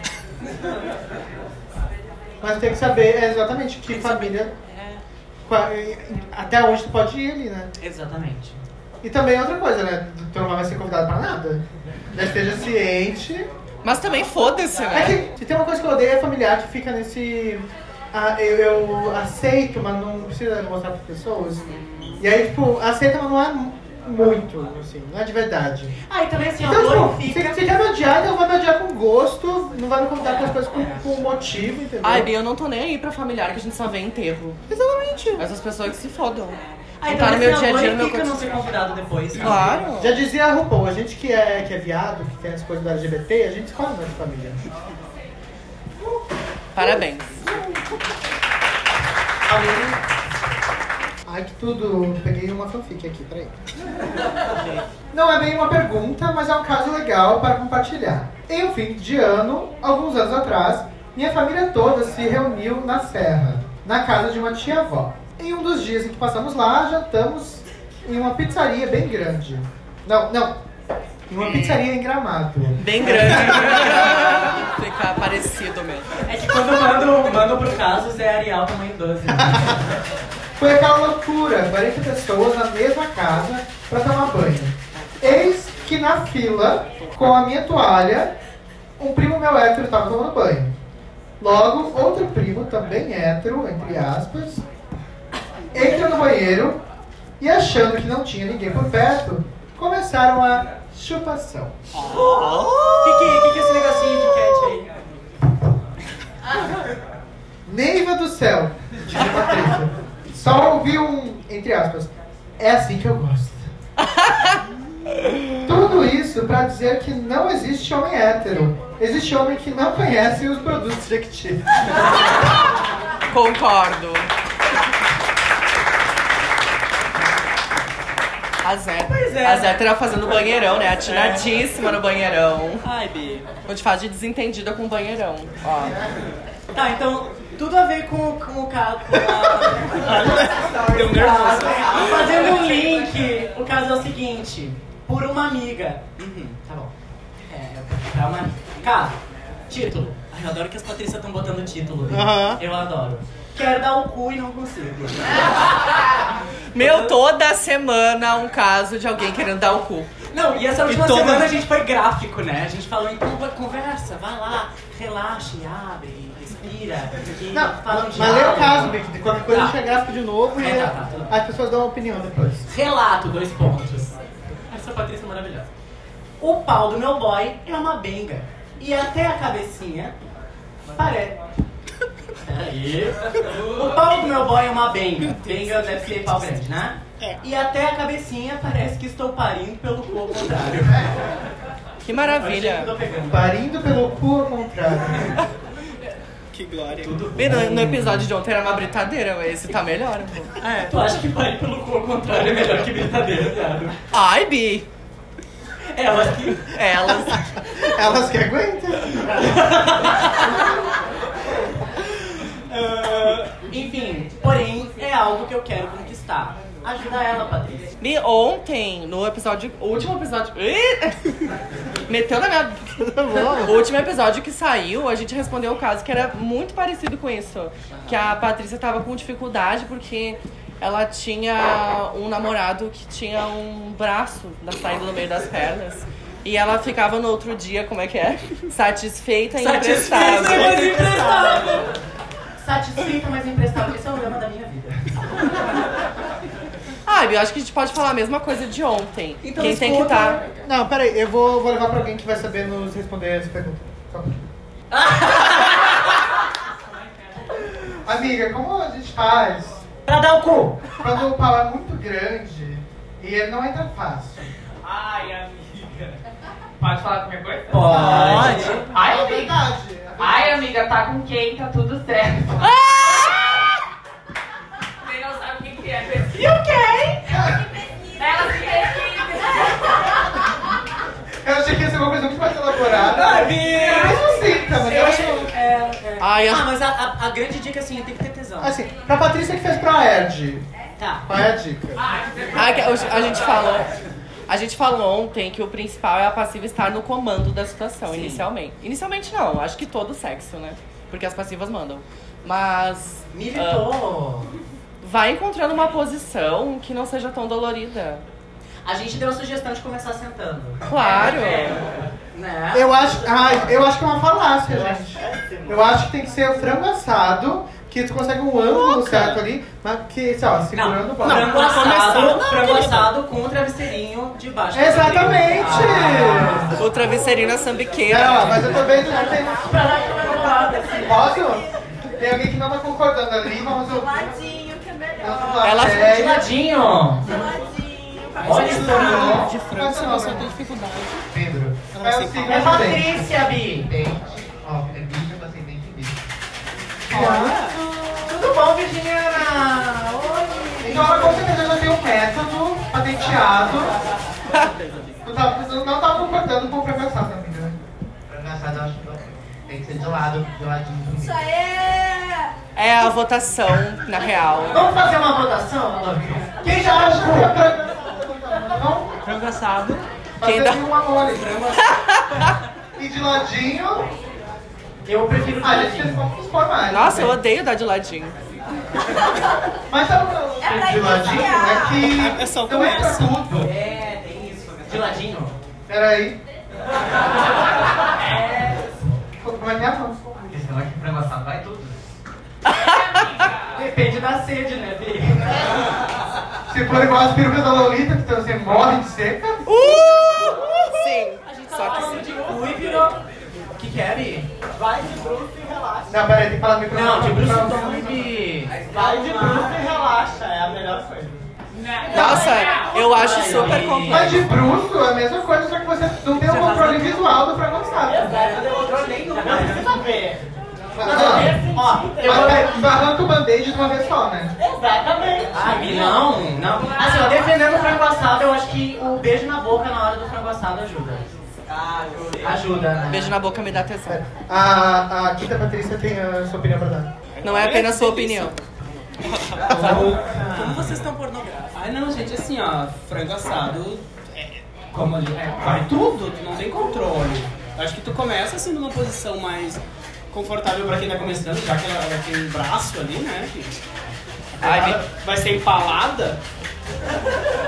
Mas tem que saber é, exatamente que família. qual- Até onde tu pode ir ali, né?
Exatamente.
E também outra coisa, né? Tu não vai ser convidado pra nada. Já esteja ciente.
Mas também foda-se,
É
né?
que se tem uma coisa que eu odeio é familiar que fica nesse. Ah, eu, eu aceito, mas não precisa mostrar para pessoas. E aí, tipo, aceita, mas não é mu- muito, assim, não é de verdade.
Ah, e também assim, ó,
Então, tipo,
glorifica.
se, se quer me odiar, então vai me odiar com gosto, não vai me convidar para as coisas com, com motivo, entendeu?
Ai, Bi, eu não tô nem aí pra familiar que a gente só vê enterro.
Exatamente.
Essas pessoas que se fodam.
Ah,
Não
e
tá no
também
meu
assim,
dia
ó,
a dia, no meu
glorifica não
cotidiano.
ser convidado depois. sabe?
Claro.
Já dizia a RuPaul, a gente que é, que é viado, que tem as coisas do LGBT, a gente escolhe nossa família.
Parabéns.
Ai, que tudo. Peguei uma fanfic aqui, peraí. Não é bem uma pergunta, mas é um caso legal para compartilhar. Em um fim de ano, alguns anos atrás, minha família toda se reuniu na serra, na casa de uma tia-avó. Em um dos dias em que passamos lá, jantamos em uma pizzaria bem grande. Não, não. Em uma pizzaria em Gramado.
Bem grande. Ficar parecido mesmo.
É que quando eu mando, mando pro Casos é Arial tamanho 12.
Foi aquela loucura, 40 pessoas na mesma casa pra tomar banho. Eis que na fila, com a minha toalha, um primo meu hétero tava tomando banho. Logo, outro primo, também hétero, entre aspas, entra no banheiro e achando que não tinha ninguém por perto, começaram a chupação.
que, que, que que é esse negocinho de cat aí?
Neiva do céu, disse Patrícia. Só ouvi um, entre aspas, é assim que eu gosto. Tudo isso pra dizer que não existe homem hétero. Existe homem que não conhece os produtos de Active.
Concordo. A Zé.
é, né?
a Zé tá fazendo banheirão, né? Atinadíssima no banheirão.
Ai, Bi.
Vou te falar de desentendida com banheirão. Ó.
Tá, então, tudo a ver com, com o caso. com a- Tá,
Deu nervoso.
Fazendo um link, o caso é o seguinte: por uma amiga. Uhum, tá bom. É, eu quero comprar uma. Cara, título. Ai, eu adoro que as Patrícias estão botando título. né?
Aham.
Eu adoro. Quero dar o cu e não consigo.
Meu, toda semana um caso de alguém querendo dar o cu.
Não, e essa última
E toma-
semana a gente foi gráfico, né? A gente falou, então vai- conversa, vai lá, relaxa, e abre, respira. E
Não,
fala um
mas lê o
diálogo.
caso, Bic. Qualquer coisa
Tá.
chega gráfico de novo e
É, tá, tá, tudo bem.
as pessoas dão uma opinião depois.
Relato, dois pontos. Essa Patrícia é maravilhosa. O pau do meu boy é uma benga. E até a cabecinha parece. Peraí. O pau do meu boy é uma benga. Benga deve ser pau grande, né? E até a cabecinha parece que estou parindo pelo cu ao contrário.
Que
Achei que eu
maravilha.
tô pegando.
Parindo pelo cu ao contrário.
Que glória.
Bem, No, no episódio de ontem era uma britadeira, mas esse tá melhor. amor.
Tu acha que parir pelo cu ao contrário é melhor que brincadeira, viado?
Ai, Bi.
Ela É, que.
Elas.
Elas que aguentam.
Ah, enfim, porém, é algo que eu quero conquistar. Ajuda ela, Patrícia.
Bi, ontem, no episódio. o Último episódio. Ih! Meteu na minha. O último episódio que saiu, a gente respondeu o caso que era muito parecido com isso. Que a Patrícia tava com dificuldade porque ela tinha um namorado que tinha um braço da saindo no meio das pernas. E ela ficava no outro dia, como é que é? Satisfeita e emprestável.
mas emprestável. Satisfeita, mas emprestável. Esse é o lema da minha vida.
Ah, eu acho que a gente pode falar a mesma coisa de ontem.
Então
Quem tem que tá-
escuta.
estar.
Não, peraí, eu vou, vou levar pra alguém que vai saber nos responder essa pergunta. Só um pouquinho. Amiga, como a gente faz
Pra dar o cu.
quando o pau é muito grande e ele não entra fácil?
Ai, amiga. Pode falar qualquer coisa?
Pode.
É
Ai, amiga.
verdade.
Ai, amiga, tá com quem? Tá tudo certo.
Ah!
Você não sabe o que que é. E o quê? Ela que pesquisa.
Eu achei que ia ser uma coisa muito mais elaborada.
Ai,
É
Bia.
mesmo assim, tá? Mas eu acho.
É, é.
Ai, eu-
ah, mas a, a- a grande dica é assim, tem que ter tesão.
Assim, pra Patrícia que fez pra Erd,
Tá.
qual é a dica?
Ah, que- a, gente falou. A gente falou ontem que o principal é a passiva estar no comando da situação, inicialmente. Inicialmente não, acho que todo sexo, né? Porque as passivas mandam. Mas
Me irritou.
vai encontrando uma posição que não seja tão dolorida.
A gente deu a sugestão de começar sentando.
Claro.
Né?
Eu acho, ai, eu acho que é uma falácia, gente. Eu acho que tem que ser o frango assado, que tu consegue um ângulo certo ali, mas que, sei lá, segurando o pau.
frango
pra
assado,
começar, não,
frango
querido.
assado com o travesseirinho debaixo do
Exatamente!
quadril.
O travesseirinho na sambiqueira.
Não, mas eu também não tenho.
Pra lá que eu vou botar, assim.
Posso? Tem alguém que não tá concordando ali, vamos
Do ladinho, que é melhor.
Ela-
É,
De ladinho.
Do ladinho. pra
Olha
gente
isso,
falar.
amigo.
De frango, eu só tem dificuldade. Pedro. É o seguinte.
É Patrícia, Bi.
Ascendente. Ó, é bicho, é ascendente e bicho.
Tudo bom, Virginiana? Oi!
Então ela com certeza já tem um método patenteado. Não tava, precisando- não tava concordando com o professor também, né? Engraçado, eu acho que tem que ser de lado, de
Isso
ladinho.
aí!
É a votação, na real.
Vamos fazer uma votação, Alô?
Quem já acha que é pra... Não,
Frango assado.
fazer
Quem dá...
um amor aí. E de ladinho, Ah,
Eu prefiro
a gente
ladinho.
responde os formais.
Nossa,
né?
eu odeio dar de ladinho.
Mas sabe o que
É pra
de ladinho é
iniciar.
que
Eu só
não entra
começo.
tudo.
É, tem isso. De ladinho?
Peraí. Pô, Como é minha mão?
Depende da sede, né, Bi?
Se for igual as perucas da Lolita, que você morre de seca.
Uh! Sim. Só que sim.
De cu e virou. O que que é, Bi?
Não, né? peraí, tem que falar no microfone.
Não, de Bruce
Não,
então,
Tom e Bi.
Vai de bruxo e relaxa, é a melhor coisa.
Nossa, Eu acho super complexo.
Mas de bruxo é a mesma coisa, só que você não tem o controle visual do fragmentado.
assim. Exato, não tem controle nenhum. Não precisa ver.
Ó,
assim, eu vou-
eu Barranca o band-aid de uma vez só, né?
Exatamente.
Ah, não, não.
Assim, ó, defendendo o frango assado, eu acho que o beijo na boca na hora do frango assado ajuda. Ajuda, né?
Beijo na boca me dá atenção.
A, a Quinta Patrícia tem a sua opinião pra dar.
Não é apenas sua opinião.
Como vocês estão pornográficos?
Ah, não, gente, assim, ó, frango assado, é, como ali, é, vai tudo, tu não tem controle. Acho que tu começa, assim, numa posição mais confortável pra quem tá começando, já que ela tem um braço ali, né, que vai, vai ser empalada,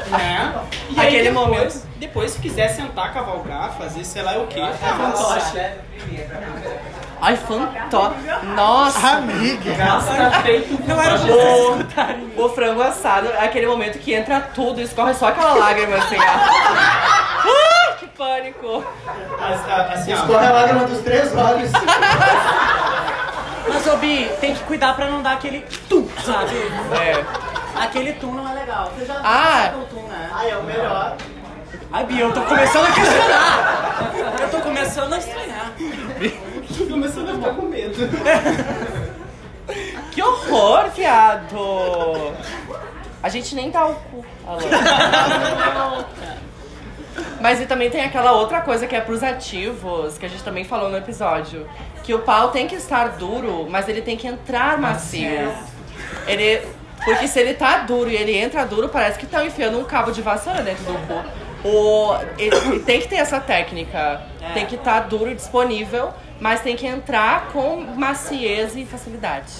né? E aí
Aquele
depois,
momento.
Depois, se quiser sentar, cavalgar, fazer sei lá o quê,
fantoche.
Ai, fantó.
Ah,
Nossa.
Tá feito
Não era pra vocês escutarem. O frango assado é aquele momento que entra tudo e escorre só aquela lágrima assim. ó. Ah, que pânico.
as- a- assim, ó.
Escorre a lágrima um dos três olhos.
Mas, ô Bi, tem que cuidar pra não dar aquele tum, sabe?
Aquele tum não é legal. Você já
Ah.
sabe o tum, né? Ah, é o melhor.
Ai, Bi, eu tô começando a questionar. Eu tô começando a estranhar.
Tô começando a ficar com medo.
Que horror, viado. A gente nem dá o cu. Alô. Mas e também tem aquela outra coisa que é pros ativos, que a gente também falou no episódio. Que o pau tem que estar duro, mas ele tem que entrar macio. Ele. Porque se ele tá duro e ele entra duro, parece que tá enfiando um cabo de vassoura dentro do cu. O, ele- tem que ter essa técnica. Tem que estar duro e disponível, mas tem que entrar com maciez e facilidade.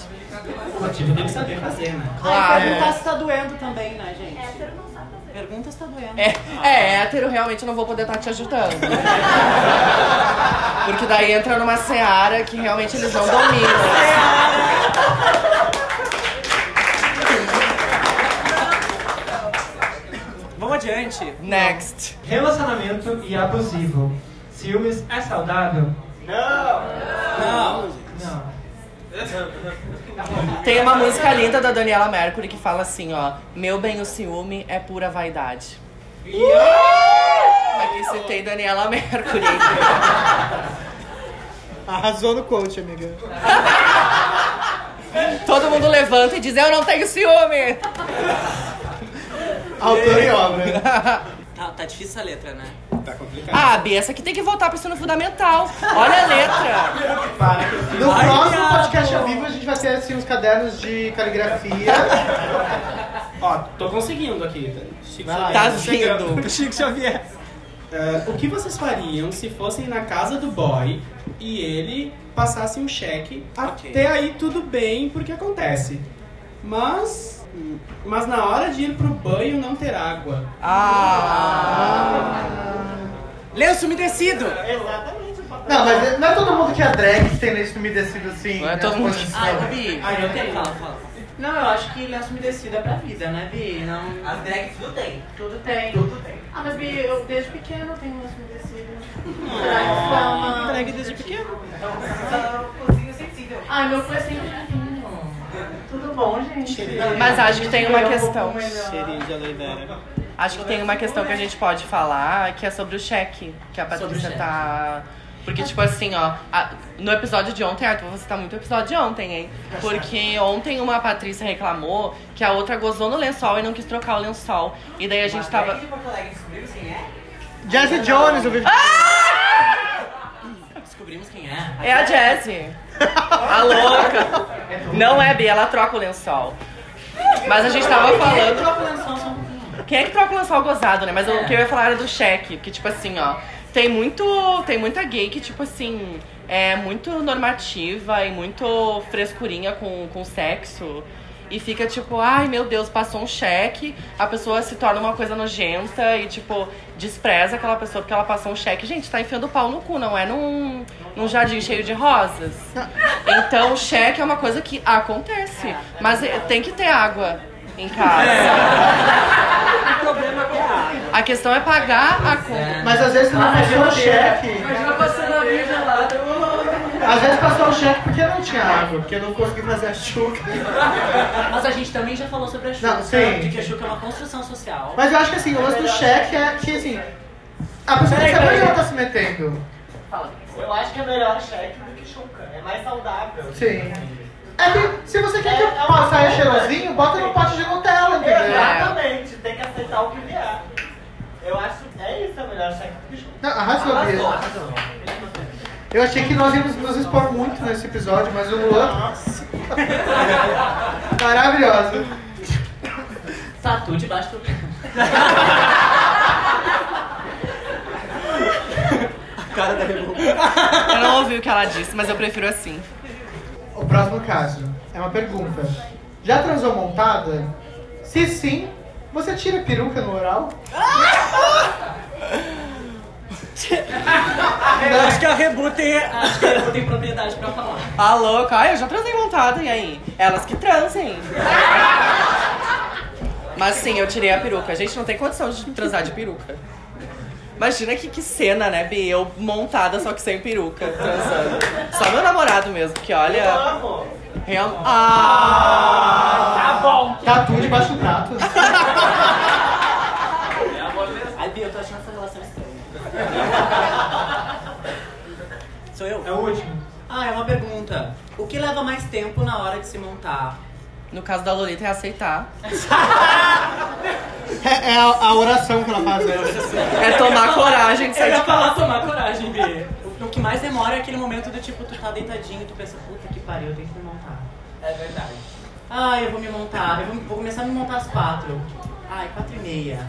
O ativo tem que saber fazer, né?
Ah,
Claro.
e perguntar se tá doendo também, né, gente?
Hétero não sabe fazer.
Pergunta se tá doendo.
É, é, hétero, realmente eu não vou poder estar te ajudando. Porque daí entra numa seara que realmente eles não dominam.
Vamos adiante.
Next.
Relacionamento e abusivo. Ciúmes é saudável?
Não.
Tem uma música linda da Daniela Mercury que fala assim, ó. Meu bem, o ciúme é pura vaidade. Aqui citei Daniela Mercury.
Arrasou no coach, amiga.
Todo mundo levanta e diz, eu não tenho ciúme.
Autor e obra.
Tá, tá difícil a letra, né?
Tá complicado.
Ah, Bia, essa aqui tem que voltar pro ensino fundamental. Olha a letra.
No
Ai,
próximo
viado.
podcast ao vivo a gente vai ter assim uns cadernos de caligrafia.
Ó, tô conseguindo aqui. tá? Chico
Vai lá,
Xavier.
Tá
tô chegando.
vindo.
Chico Xavier. Ah, o que vocês fariam se fossem na casa do boy e ele passasse um cheque?
Ok.
Até aí tudo bem, porque acontece. Mas. Mas na hora de ir pro banho não ter água.
Ah.
Lenço umedecido.
Não, mas não é todo mundo que é drag que tem leite umedecido assim.
Não é
né,
todo mundo que
posição.
Ai, ô Bi.
Ah, eu tenho. Fala, fala.
Não, eu acho que lenço umedecido é pra vida, né, Bi? Não...
As drags tudo tem.
Tudo tem.
Tudo tem.
Ah, mas Bi, eu desde pequeno eu tenho lenço umedecido.
é
Ah,
Drag desde pequeno.
Um cozinho sensível.
Ai, meu foi sempre
um
limpinho. Tudo bom, gente?
Mas acho que tem uma
Eu vou
questão.
melhor.
Cheirinho de aloe vera.
Acho que tem uma questão que a gente pode falar, que é sobre o cheque, que a
Sobre o
Patrícia
cheque.
tá. Porque, tipo assim, ó, a- no episódio de ontem, ah, você tá muito episódio de ontem, hein? Porque ontem uma Patrícia reclamou que a outra gozou no lençol e não quis trocar o lençol. E daí a gente tava.
de Porto Alegre descobriu quem é?
Jesse Jones, eu vi.
Descobrimos quem é.
É a Jessie. A louca. Não é, Bia, ela troca o lençol. Mas a gente tava falando.
Troca o lençol só um pouquinho.
Quem é que troca o lençol gozado, né? Mas o que eu ia falar era do cheque, que tipo assim, ó, tem muito. Tem muita gay que, tipo assim, é muito normativa e muito frescurinha com, com sexo. E fica tipo, ai meu Deus, passou um cheque, a pessoa se torna uma coisa nojenta e, tipo, despreza aquela pessoa porque ela passou um cheque. Gente, tá enfiando o pau no cu, não é num, num jardim cheio de rosas. Então, o cheque é uma coisa que acontece. Mas eh, tem que ter água em casa.
O problema é a água.
A questão é pagar a conta.
Mas às vezes você não passou Ah, o cheque.
Imagina passando a minha gelada.
Às vezes passou o cheque porque não tinha água, porque não consegui fazer a chuca.
Mas a gente também já falou sobre a Xuca,
Não, sim.
de que a Xuca é uma construção social.
Mas eu acho que assim, o lance do cheque é que assim. A pessoa tem que saber onde ela tá se metendo.
Eu acho que é melhor cheque do que chuca. É mais saudável.
Sim. É que se você quer que o pau saia cheirosinho, bota no pote de Nutella,
É.
entendeu?
Exatamente. Tem que aceitar o que vier. Eu acho que é isso, é melhor cheque do que chuca.
Não, arrasou, Bia.
arrasou.
Eu achei que nós íamos nos expor muito nesse episódio, mas o Luan. Maravilhosa.
Tatu debaixo do
Cara da Rebu.
Eu não ouvi o que ela disse, mas eu prefiro assim.
O próximo caso é uma pergunta. Já transou montada? Se sim, você tira a peruca no oral?
Eu acho que a Rebu tem.
Acho que eu tenho propriedade pra falar.
Ah, louca. Ai, eu já transei montada, e aí? Elas que transem. Mas sim, eu tirei a peruca. A gente não tem condição de transar de peruca. Imagina que, que cena, né, Bi? Eu montada, só que sem peruca, transando. Só meu namorado mesmo, que olha... Real... Ah!
Tá bom.
Tatu debaixo do prato.
Ai, Bia, eu tô achando essa relação é estranha. Sou eu?
É o último.
Ah, é uma pergunta. O que leva mais tempo na hora de se montar?
No caso da Lolita, é aceitar.
É, é a, a oração que ela faz. né?
É tomar coragem de
Eu
sair
ia
de casa.
falar tomar coragem, Bia. O, o que mais demora é aquele momento do tipo, tu tá deitadinho e tu pensa, puta que pariu, eu tenho que me montar.
É verdade.
Ai, eu vou me montar, eu vou, vou começar a me montar às quatro. Ai, quatro e meia.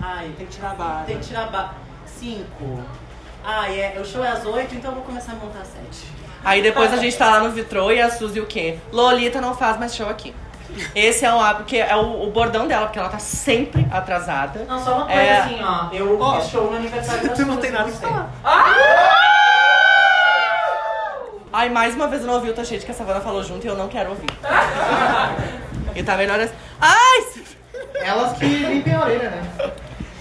Ai, tem que tirar a barra. Tem que tirar a barra. Cinco. Ai, é, o show é às oito, então eu vou começar a me montar às sete.
Aí depois a gente tá lá no vitrô e a Suzy o quê? Lolita não faz mais show aqui. Esse é, um, hábito que é o, o bordão dela, porque ela tá sempre atrasada.
Não, só uma coisa
É.
assim, ó. Eu
Ó,
fiz show no aniversário da
Tu não
Suzy,
tem nada que
sei.
falar.
Ai, mais uma vez eu não ouvi o Tochete que a Savana falou junto e eu não quero ouvir. e tá melhor assim. Ai! se-
Elas que limpem a orelha, né?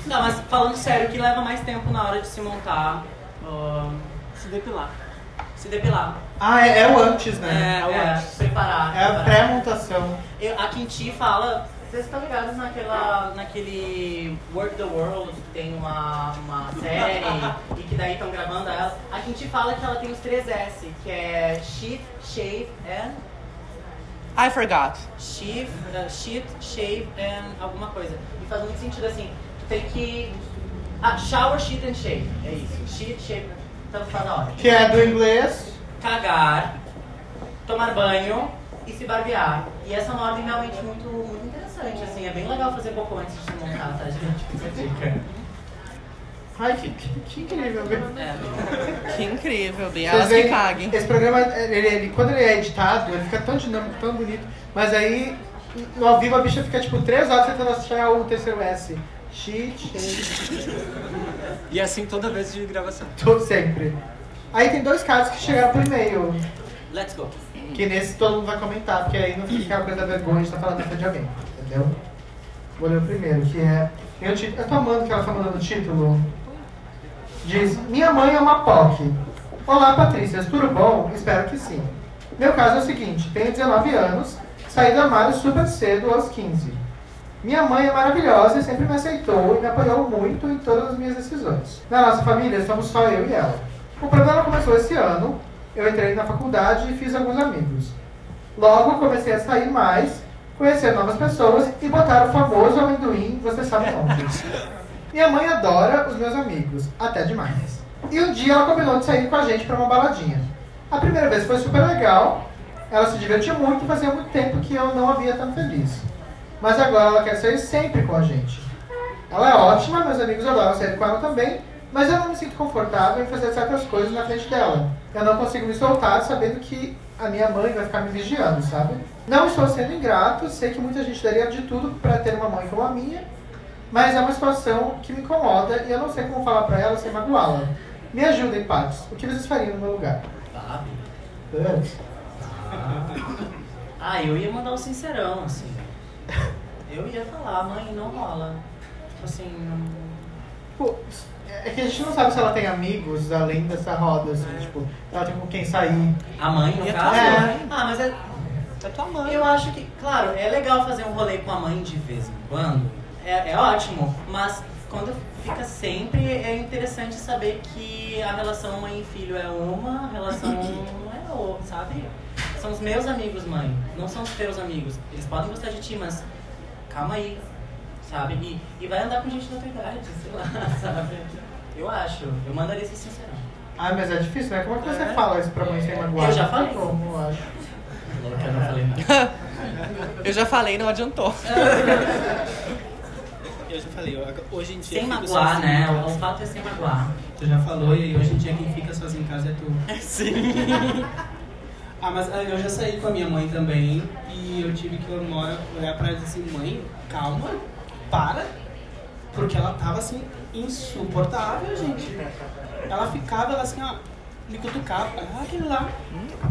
Não, mas falando sério, o que leva mais tempo na hora de se montar? ah, se depilar. Se depilar.
Ah, é, é o antes, né?
É, é, preparar.
É a
preparar.
pré-montação.
Eu- a Kinti fala. Vocês estão ligados naquela, naquele Work the World, que tem uma, uma série e que daí estão gravando ela. A Kinti fala que ela tem os três S, que é Shit, Shave and.
I forgot.
Shave, uh, shit, shave and alguma coisa. E faz muito sentido assim. Tu tem que. Ah, shower, shit and shave. É isso. Shit, shave. Então faz a hora.
Que é do inglês.
Cagar, tomar banho e se barbear. E essa é uma ordem realmente muito, muito interessante, assim. É bem legal fazer cocô antes de se montar, tá, gente? Fica a dica.
Ai, que, que, que incrível. viu?
Que incrível, Bia.
Vocês
Elas
veem,
que caguem.
Esse programa, ele, ele- quando ele é editado, ele fica tão dinâmico, tão bonito. Mas aí, no ao vivo, a bicha fica tipo três horas tentando achar o terceiro S. Cheat, cheat,
E assim toda vez de gravação.
todo sempre. Aí tem dois casos que chegaram por e-mail.
Let's go.
Que nesse todo mundo vai comentar, porque aí não fica a coisa da vergonha de estar falando na frente de alguém, entendeu? Vou ler o primeiro, que é. Eu, te, eu tô amando que ela tá mandando o título. Diz: Minha mãe é uma POC. Olá, Patrícias, tudo bom? Espero que sim. Meu caso é o seguinte: tenho 19 anos, saí do armário super cedo aos 15. Minha mãe é maravilhosa e sempre me aceitou e me apoiou muito em todas as minhas decisões. Na nossa família, somos só eu e ela. O problema começou esse ano. Eu entrei na faculdade e fiz alguns amigos. Logo, comecei a sair mais, conhecer novas pessoas e botar o famoso amendoim, você sabe onde. Minha mãe adora os meus amigos, até demais. E um dia ela combinou de sair com a gente para uma baladinha. A primeira vez foi super legal, ela se divertiu muito e fazia muito tempo que eu não a via tão feliz. Mas agora ela quer sair sempre com a gente. Ela é ótima, meus amigos adoram sair com ela também, mas eu não me sinto confortável em fazer certas coisas na frente dela. Eu não consigo me soltar sabendo que a minha mãe vai ficar me vigiando, sabe? Não estou sendo ingrato, sei que muita gente daria de tudo para ter uma mãe como a minha, mas é uma situação que me incomoda e eu não sei como falar pra ela sem magoá-la. Me ajudem, Patos. O que vocês fariam no meu lugar?
Ah, eu ia mandar um sincerão, assim. Eu ia falar, mãe, não rola. Tipo assim, não.
tipo, é que a gente não sabe se ela tem amigos além dessa roda, assim,
É.
tipo, ela tem com quem sair.
A mãe, no caso?
É.
Ah, mas é. É tua mãe. Eu acho que, claro, é legal fazer um rolê com a mãe de vez em quando. É, é ótimo, mas quando fica sempre, é interessante saber que a relação mãe e filho é uma, a relação não é outra, sabe? São os meus amigos, mãe, não são os teus amigos. Eles podem gostar de ti, mas calma aí, sabe? E, e vai andar com gente da tua idade, sei lá, sabe? Eu acho, eu mandaria ser sincerão.
Ah, mas é difícil, né? Como é que você
É.
fala isso pra mãe sem magoar?
Eu já falei.
Como, eu acho.
Louca, eu não falei nada.
Eu já falei, não adiantou.
Eu já falei, eu- hoje em dia.
Sem
eu fico
magoar,
sozinho
né?
em casa.
O fato é sem magoar.
Tu já falou e hoje em dia quem fica sozinho em casa é tu.
Sim.
Ah, mas ah, eu já saí com a minha mãe também e eu tive que olhar, olhar pra ela e dizer assim, mãe, calma, para. Porque ela tava assim, insuportável, gente. Ela ficava, ela assim, ó, me cutucava, ah, aquele lá.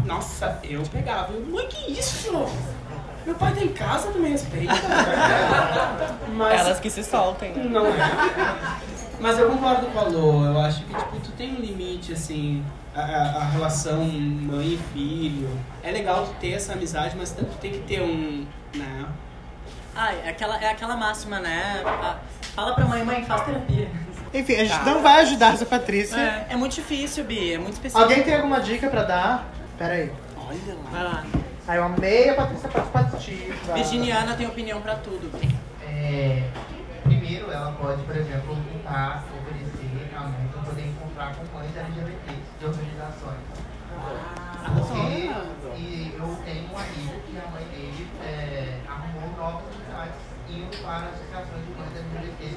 Nossa, eu pegava. Eu, mãe, que isso? Meu pai tá em casa, tu me respeita. Mas-
Elas que se soltem.
Não é. Mas eu concordo com a Lô, eu acho que tipo, tu tem um limite, assim, a, a- a relação mãe e filho. É legal tu ter essa amizade, mas tu tem que ter um. Né?
Ah, é aquela, é aquela máxima, né? Ah, Fala pra mãe, mãe, faz terapia.
Enfim, a gente não vai ajudar essa Patrícia.
Tá. É, é muito difícil, Bi, é muito específico.
Alguém tem alguma dica pra dar? Pera aí.
Olha lá. Vai lá.
Aí eu amei a Patrícia participativa.
Virginiana tem opinião pra tudo, Bi.
É, primeiro, ela pode, por exemplo, tentar oferecer a mãe para poder encontrar com mães LGBTs de organizações. Porque e eu tenho um amigo que a mãe dele é, arrumou novas amizades indo para associações de mães LGBTs.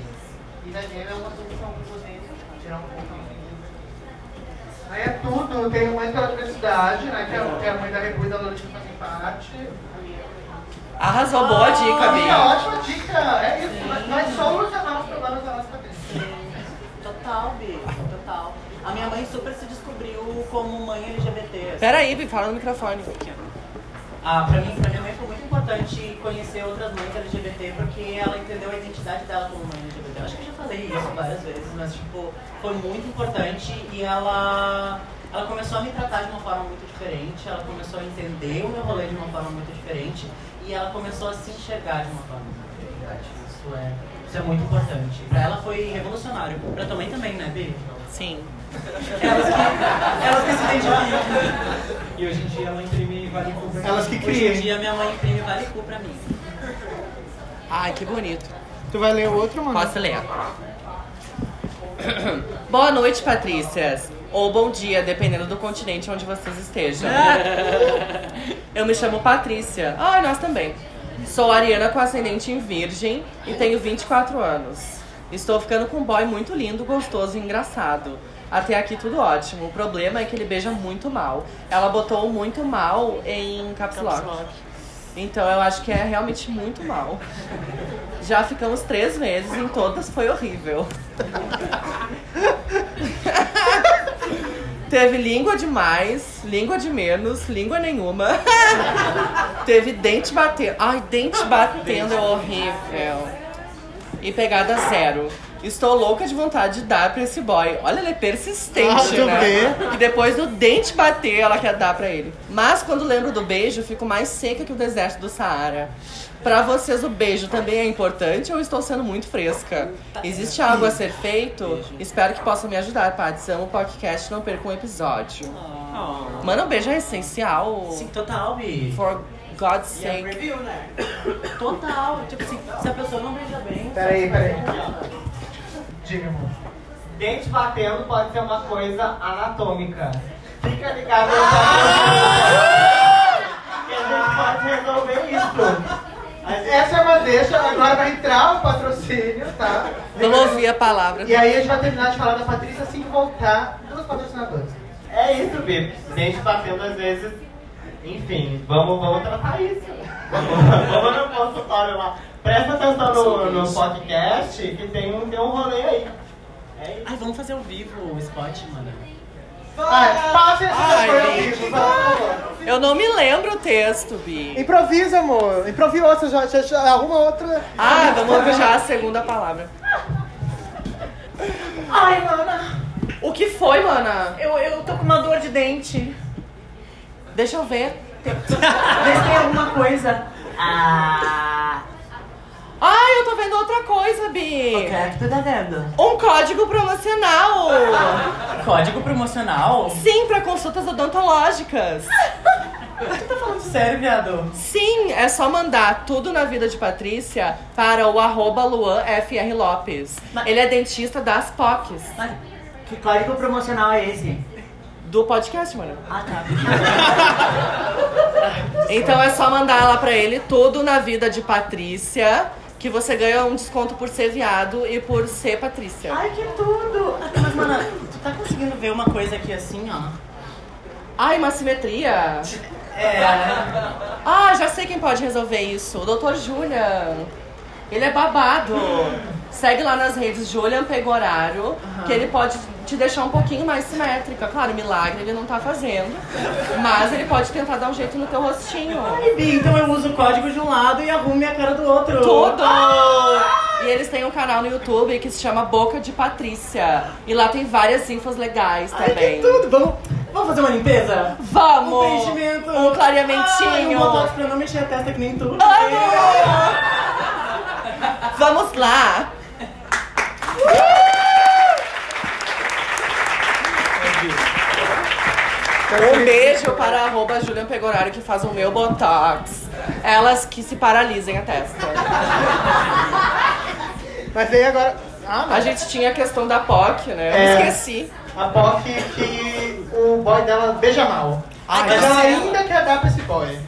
E daí é uma solução para poder tirar um pouco a
Aí é tudo, tem mãe pela diversidade, né? Que é, que é a mãe da Rebu e da Lourdes que fazem parte.
Arrasou, boa dica,
Ah,
Bia.
Ótima dica, é isso. Nós somos a nossa problemas da nossa cabeça.
Total, Bi, total. A minha mãe super se descobriu como mãe LGBT.
Peraí, Bi, fala no microfone.
Ah, pra mim, pra minha mãe foi muito importante conhecer outras mães LGBT, porque ela entendeu a identidade dela como mãe LGBT. Eu acho que eu já falei isso várias vezes, mas tipo, foi muito importante e ela, ela começou a me tratar de uma forma muito diferente, ela começou a entender o meu rolê de uma forma muito diferente e ela começou a se enxergar de uma forma muito diferente. Isso é, isso é muito importante. Pra ela foi revolucionário. Pra tua mãe também, né, Bi?
Sim.
Elas que, elas que se identificam.
E hoje em dia ela imprime vale compra.
Elas que
Hoje em
criam.
dia minha mãe imprime vale cu pra mim.
Ai, que bonito.
Tu vai ler o outro, mano?
Posso ler. Boa noite, Patrícias. Ou bom dia, dependendo do continente onde vocês estejam. Eu me chamo Patrícia. Ah, nós também. Sou ariana com ascendente em virgem e tenho 24 anos. Estou ficando com um boy muito lindo, gostoso e engraçado. Até aqui tudo ótimo. O problema é que ele beija muito mal. Ela botou muito mal em caps lock. Então eu acho que é realmente muito mal. Já ficamos três meses, em todas foi horrível. Teve língua de mais, língua de menos, língua nenhuma. Teve dente batendo. Ai, dente batendo é horrível. E pegada zero. Estou louca de vontade de dar pra esse boy. Olha, ele é
Ah,
persistente,
tu
né? E depois do dente bater, ela quer dar pra ele. Mas quando lembro do beijo, fico mais seca que o deserto do Saara. Pra vocês, o beijo também é importante ou estou sendo muito fresca? Existe algo a ser feito? Espero que possa me ajudar, Paty. Amo o podcast, não perca um episódio. Mano, um beijo é essencial.
Sim, total, Bi.
For God's
E é
sake.
review, né? Total. Tipo assim, se a pessoa não beija bem.
Peraí, peraí.
Diga, amor. Dente batendo pode ser uma coisa anatômica. Fica ligado no
Ah!
que a gente pode resolver isso.
Mas Essa é uma deixa, agora vai entrar o patrocínio, tá?
Não ouvi a palavra.
E aí a gente vai terminar de falar da Patrícia assim que voltar dos patrocinadores.
É isso, Bi. Dente batendo às vezes. Enfim, vamos, vamos tratar isso. Vamos, vamos no consultório lá. Presta atenção no, no podcast que tem um, tem um rolê aí. É isso.
Ai, vamos fazer ao vivo o spot, mano.
Vai, faça esse
Ai,
seu programa,
gente.
por favor.
Eu não me lembro o texto, Bi.
Improvisa, amor. Improvisa outra, já, já, já arruma outra.
Ah, vamos já a segunda palavra.
Ai, mana.
O que foi, mana?
Eu, eu tô com uma dor de dente.
Deixa eu ver.
Vê se tem alguma coisa. Ah.
Ai, eu tô vendo outra coisa, Bi. O que é
que tu tá vendo?
Um código promocional.
Código promocional?
Sim, pra consultas odontológicas.
Tu tá falando sério, viado?
Sim, é só mandar tudo na vida de Patrícia para o arroba LuanFRLopes. Ele é dentista das POCs.
Que código promocional é esse?
Do podcast, mano.
Ah, tá.
Então é só mandar lá pra ele tudo na vida de Patrícia, que você ganha um desconto por ser viado e por ser Patrícia.
Ai, que tudo!
Mas, mana, tu tá conseguindo ver uma coisa aqui assim, ó?
Ai, uma simetria.
É.
Ah, já sei quem pode resolver isso. O Dr. Julian. Ele é babado. Segue lá nas redes Julian Pegorário, que ele pode te deixar um pouquinho mais simétrica. Claro, milagre ele não tá fazendo, mas ele pode tentar dar um jeito no teu rostinho.
Ai, Bi, então eu uso o código de um lado e arrumo minha cara do outro.
Tudo!
Ah!
E eles têm um canal no YouTube que se chama Boca de Patrícia. E lá tem várias infos legais
Ai,
também.
que tudo! Vamos, vamos fazer uma limpeza?
Vamos!
Um preenchimento!
Um clareamentinho.
Ai, um botox pra não mexer a testa que nem tu!
Vamos lá! Um beijo para a arroba Julian Pegorário que faz o meu botox. Elas que se paralisem a testa.
Mas aí agora. Ah,
A gente tinha a questão da POC, né? Eu
É.
esqueci.
A POC que o boy dela beija mal.
Ai,
Mas
que
ela
cena.
ainda quer dar pra esse boy.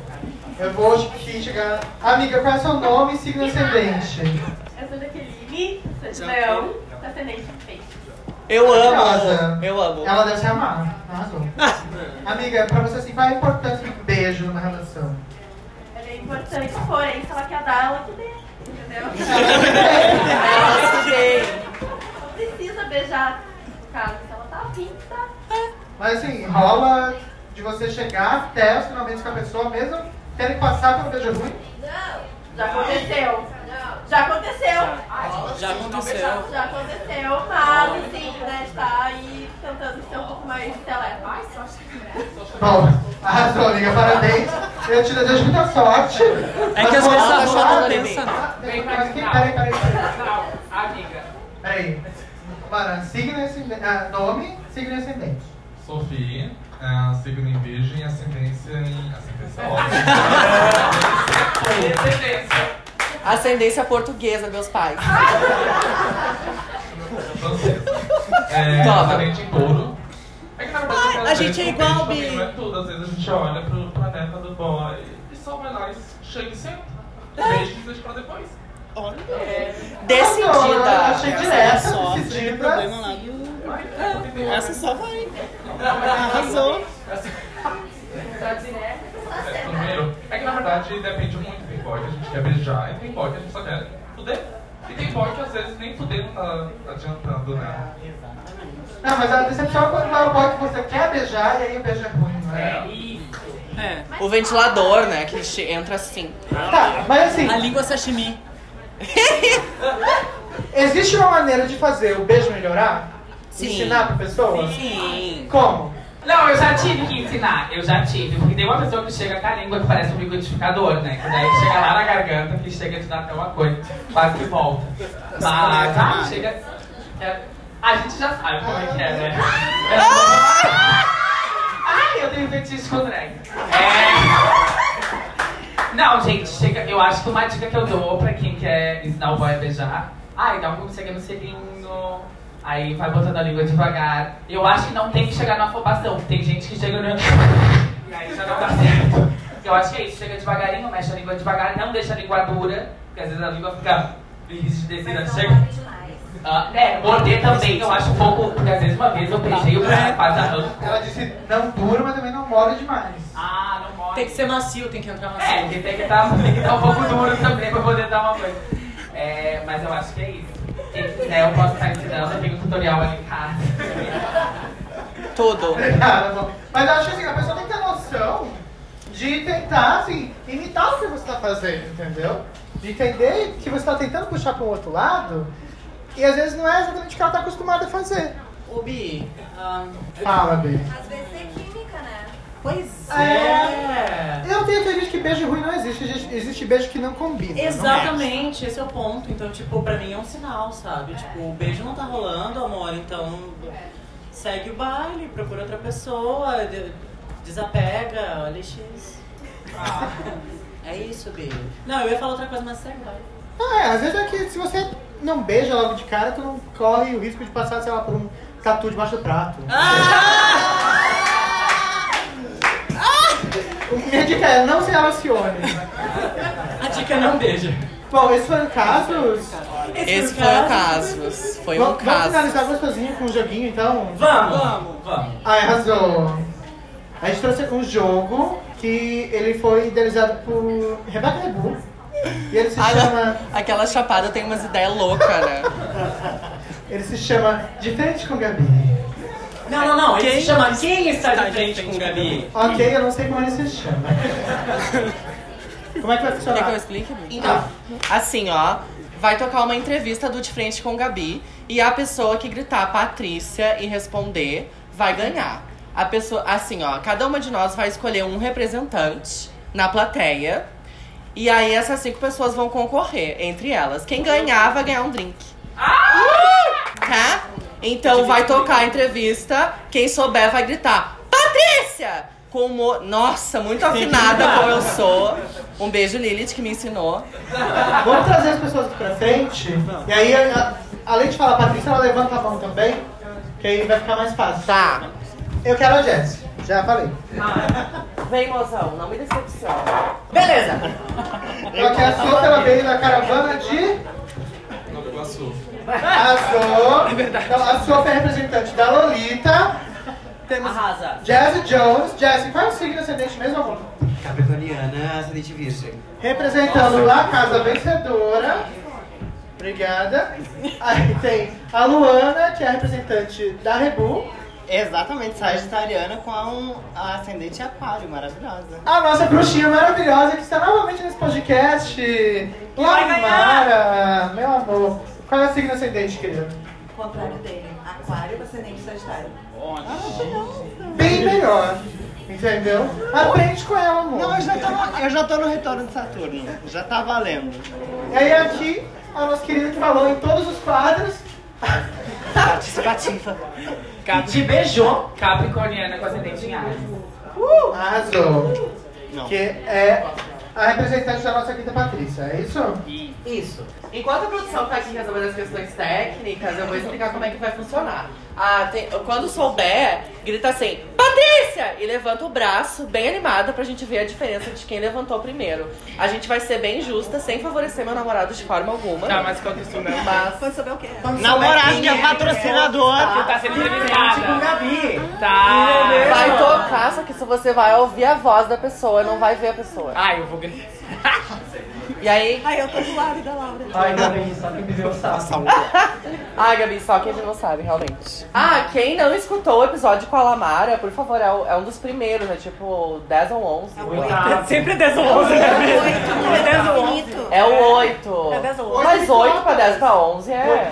Eu vou hoje que chegar. Amiga, qual é seu nome e signo ascendente?
Eu sou daquele Li, sou de leão, ascendente de peixe.
Eu
Maravilhosa.
amo. Eu amo.
Ela deve se amar. Arrasou. Amiga, pra você assim, qual é a importância de um beijo numa relação?
Ela é importante, porém, se ela quer dar, ela que dê. Entendeu?
Ela
que dê.
Não precisa beijar, no caso, se ela tá afim, tá?
Mas assim, rola de você chegar até os finalmente com a pessoa mesmo, tendo que passar pelo beijo ruim.
Não! Já aconteceu. Já aconteceu.
Já aconteceu.
Já aconteceu, mas assim, né, tá aí tentando ser um pouco mais seleta.
Bom, arrasou, amiga, parabéns. Eu te desejo muita sorte.
É que às vezes a rola
rola
tá pensando.
Peraí,
Vem pra cá.
peraí, peraí.
Não, amiga.
Peraí. Para, signo e ascendente. Ah, nome, signo e ascendente.
Sofia, ah, signo em virgem e ascendência em ascendência óbvia.
Ascendência portuguesa, meus pais.
É,
Toma.
ascendente em touro. É que na verdade
Ai,
aquelas
a gente
coisas
é
que a gente
igual, Bi.
não é tudo. Às vezes a gente olha pro planeta do boy e só vai lá e chega e senta.
É.
Beijo e deixa pra depois.
Olha.
Decidida.
Ah, achei direta,
Essa só
decidida.
um
tem problema lá do- É, Essa só vai. Arrasou.
Primeiro, é que na verdade depende muito. Tem boy que a gente quer beijar e tem boy que a gente só quer fuder. E tem boy que às vezes nem fuder não tá adiantando, né?
Não, mas a decepção é quando vai o boy que você quer beijar e aí o beijo é ruim, né?
O ventilador, né? Que che- entra assim.
Tá, mas assim-
A língua sashimi.
Existe uma maneira de fazer o beijo melhorar?
Sim.
Ensinar pra pessoa?
Sim.
Como?
Não, eu já tive que ensinar, eu já tive. Porque tem uma pessoa que chega com a língua que parece um liquidificador, né? Que daí chega lá na garganta, que chega a te dar até uma coisa, quase que volta. Mas, ah, chega. é, a gente já sabe como é que é, né? Ai, eu tenho fetiche com drag. É. Não, gente, chega. Eu acho que uma dica que eu dou pra quem quer ensinar o boy a beijar. Ai, dá um chega no selinho. Aí vai botando a língua devagar. Eu acho que não tem que chegar na afobação. Tem gente que chega no. E aí já não dá certo. Eu acho que é isso. Chega devagarinho, mexe a língua devagar. Não deixa a língua dura. Porque às vezes a língua fica descida. Chega. Ah, é, Tá. morder também eu acho um pouco. Porque às vezes uma vez eu beijei o cara quase arranco.
Ela disse não dura, mas também não mole demais.
Ah, não morre.
Tem que ser macio, tem que entrar macio.
É, que tem que estar um pouco duro também pra poder dar uma coisa. É, mas eu acho que é isso. Quem quiser, eu posso estar ensinando, eu tenho um tutorial ali em casa.
Tudo.
Obrigada, bom. Mas eu acho que assim, a pessoa tem que ter noção de tentar, assim, imitar o que você tá fazendo, entendeu? De entender que você tá tentando puxar pro outro um lado, E às vezes não é exatamente o que ela tá acostumada a fazer.
O Bi, ah,
Fala, Bi.
Às vezes é química, né?
Pois
É. Eu tenho teoria de que beijo ruim não existe, existe- existe beijo que não é? combina.
Exatamente, esse é o ponto. Então, tipo, pra mim é um sinal, sabe? Tipo, o beijo não tá rolando, amor, então segue o baile, procura outra pessoa, de- desapega, LX.
Ah,
É isso, beijo. Não, eu ia falar outra coisa, mas segue o baile.
Não é, às vezes é que se você não beija logo de cara, tu não corre o risco de passar, sei lá, por um tatu debaixo do prato.
Ah!
Minha dica é não se relacione.
A dica é não beija.
Bom, esse foi o caso.
Esse foi o caso. Foi um
Vamos- Vamos
caso.
finalizar gostosinho com um joguinho, então?
vamos. vamos.
Ah, arrasou. A gente trouxe um jogo que ele foi idealizado por Rebeca Rebu. E ele se
Ai,
chama...
Aquela chapada tem umas ideias loucas, né?
Ele se chama Diferente com Gabi.
Não, não, não. Ele
Quem
se chama Quem está de frente com o Gabi?
Ok, eu não sei como ele se chama. Como é que vai funcionar?
Quer que eu explique?
Então.
Assim, ó. Vai tocar uma entrevista do De Frente com o Gabi. E a pessoa que gritar Patrícia e responder vai ganhar. A pessoa, assim, ó. Cada uma de nós vai escolher um representante na plateia. E aí essas cinco pessoas vão concorrer entre elas. Quem ganhar vai ganhar um drink. Tá? Então vai tocar a entrevista. Quem souber vai gritar Patrícia! Com humor... Nossa, muito afinada como eu sou. Um beijo, Lilith, que me ensinou.
Vamos trazer as pessoas aqui pra frente. E aí, a- além de falar Patrícia, ela levanta a mão também. Que aí vai ficar mais fácil.
Tá.
Eu quero a Jess. Já falei.
Vem, mozão, não me decepciona.
Beleza. Eu quero a Sopa, ela veio da caravana de...
Nova Iguaçu.
A Sopa. então, a Sopa é representante da Lolita. Temos
Arrasa.
Jazzy Jones. Jazzy, qual é o signo ascendente mesmo, amor?
Capricorniana, acidente virgem.
Representando lá a casa vencedora. Obrigada. Aí tem a Luana, que é a representante da Rebu.
Exatamente, sagitariana com a um a ascendente aquário, maravilhosa.
A nossa bruxinha maravilhosa que está novamente nesse podcast.
vai
Laura, meu amor. Qual é o signo ascendente, querida?
O contrário dele. Aquário, você nem Sagitário. Onde?
Bem melhor. Entendeu? Aprende com ela, amor.
Não, eu já, tô no, eu já tô no retorno de Saturno. Já tá valendo.
E aí aqui, a nossa querida que falou em todos os quadros.
Participativa.
Te beijou. Capricorniana com ascendente em Ares.
Uh, arrasou.
Não.
Que é a representante da nossa querida Patrícia, é isso?
Isso. Enquanto a produção tá aqui resolvendo as questões técnicas, eu vou explicar como é que vai funcionar. Ah, tem- quando souber, grita assim, Patrícia! E levanta o braço, bem animada, pra gente ver a diferença de quem levantou primeiro. A gente vai ser bem justa, sem favorecer meu namorado de forma alguma.
Tá, mas quando souber o quê?
Mas...
Quando souber o quê?
Namorado que é patrocinador.
Que tá sendo entrevistada.
Tipo Gabi.
Tá.
Ah, Vai tocar, só que se você vai ouvir a voz da pessoa, não vai ver a pessoa.
Ai, Ah, eu vou gritar.
E aí...
Ai, eu tô do lado da Laura.
bem, só que me deu sapo.
Ah, Gabi, só quem não sabe, realmente. Ah, quem não escutou o episódio com a Lamara, por favor, é, o- é um dos primeiros, é tipo 10 ou 11.
Sempre é 10 ou 11, né?
Tá
É 10 ou 11.
É o 8.
É 10 ou 11.
Mas 8 pra 10 pra 11 é.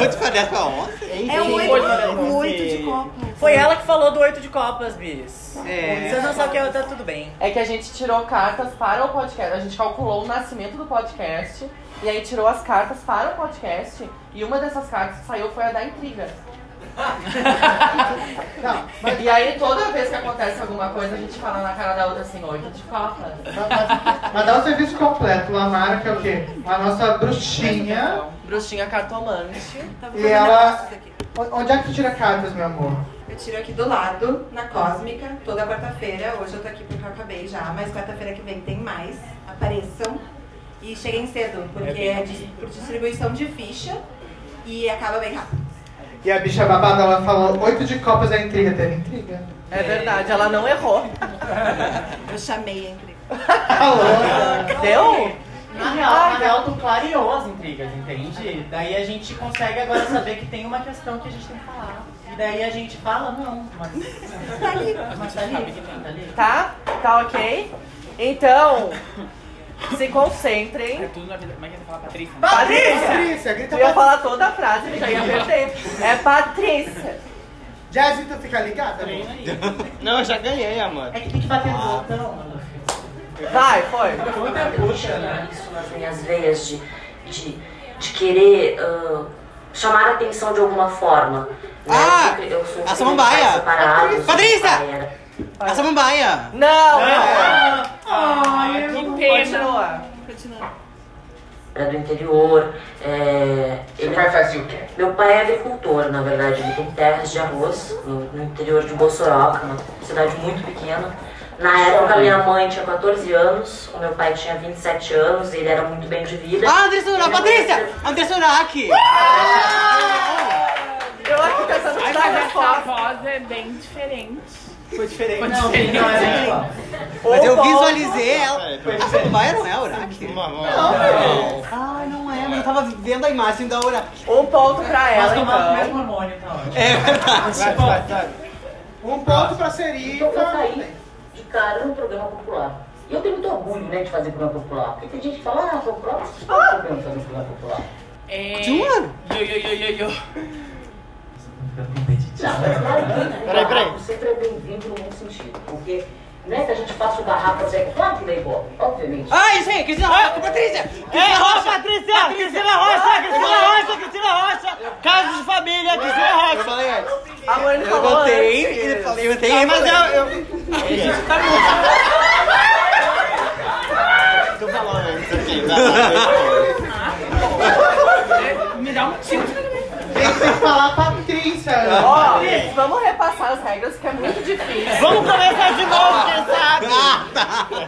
8 pra 10 pra 11?
É
um
Sim.
oito,
Oito.
oito de Tá copo.
Foi ela que falou do 8 de copas, Bis.
É.
Vocês não sabem que eu tá tudo bem.
É que a gente tirou cartas para o podcast. A gente calculou o nascimento do podcast. E aí tirou as cartas para o podcast. E uma dessas cartas que saiu foi a da intriga. E aí toda vez que acontece alguma coisa, a gente fala na cara da outra assim, 8 de copas.
Mas dá o serviço completo, Lamara, que é o quê? A nossa bruxinha.
Bruxinha cartomante.
E ela. O- Onde é que tu tira cartas, meu amor?
Eu tiro aqui do lado, na Cósmica, toda quarta-feira. Hoje eu tô aqui porque eu acabei já, mas quarta-feira que vem tem mais. Apareçam. E cheguem cedo, porque é, de- por distribuição de ficha e acaba bem rápido.
E a bicha babada, ela falou oito de copas é intriga, teve intriga.
É verdade, ela não errou.
Eu chamei a intriga.
Deu?
Na
real,
Ai,
É, na real, tu clareou as intrigas, entende? Daí a gente consegue agora saber que tem uma questão que a gente tem que falar. E daí a gente fala, não, mas. Tá ali, mas tá ali, tá ali.
Tá? Tá ok? Então, Se concentrem.
É tudo na vida. Como é que você fala, Patrícia?
Patrícia!
Patrícia, grita
É. Eu ia
Patrícia.
falar toda a frase, ele já ia perder. É Patrícia.
Jazzy, tu fica ligada, amor?
Não, eu já ganhei, amor.
É que tem que bater no botão, mano.
Vai, foi.
Muita puxa, né? Isso nas minhas veias de, de, de querer ah, chamar a atenção de alguma forma. né?
Ah,
Eu sempre- eu sou
a samambaia.
Separados,
Patrícia!
samambaia.
A samambaia!
Não!
É. Ai,
que
pena.
Continua.
Era do interior. É, ele vai fazer o quê? Meu pai é agricultor, na verdade. Ele tem terras de arroz no, no interior de Bossoroca, uma cidade muito pequena. Na época, minha mãe tinha 14 anos, o meu pai tinha 27 anos, ele era muito bem de vida.
Ah, Andressa Surak, Patrícia! Andressa Surak!
Eu acho que essa
Ai,
Mas
mas
essa
é top.
voz é bem diferente.
Foi diferente.
Foi diferente.
Não, não era igual.
Ou
Mas eu
volta.
visualizei ela. A samambaia não é Uraki? Não,
não.
Ai, não é, mas eu tava vendo a imagem da Uraki.
Um ponto pra ela,
Mas
então.
tomava o
mesmo
hormônio, tá ótimo.
É verdade.
Vai, vai,
Um ponto pra
Então eu
Serita.
saí de cara num programa popular. E eu tenho muito orgulho, né, de fazer programa popular. Porque tem gente que fala, ah, popular, mas qual é o problema de fazer programa popular?
É...
De um
ano?
Tá.
Yo, yo, yo, yo, yo.
Não, mas claro que o
Peraí, peraí.
barraco sempre é bem-vindo num sentido. Porque não é que a gente faça o barraco assim, é claro que dá ibope, obviamente.
Ah, isso aí, Cristina Rocha, Patrícia! Cristina Rocha, Patrícia! Cristina Rocha, Cristina Rocha, Cristina Rocha! Caso de família, Cristina Rocha! Eu falei antes.
Amor, ele
eu
falou
botei,
antes.
ele falou, eu botei, mas eu... eu... Gente, tá muito... Tô falando antes aqui,
Me dá um tiro.
Tem que falar Patrícia.
Ó, vamos repassar as regras que é muito difícil.
Vamos começar de novo, quem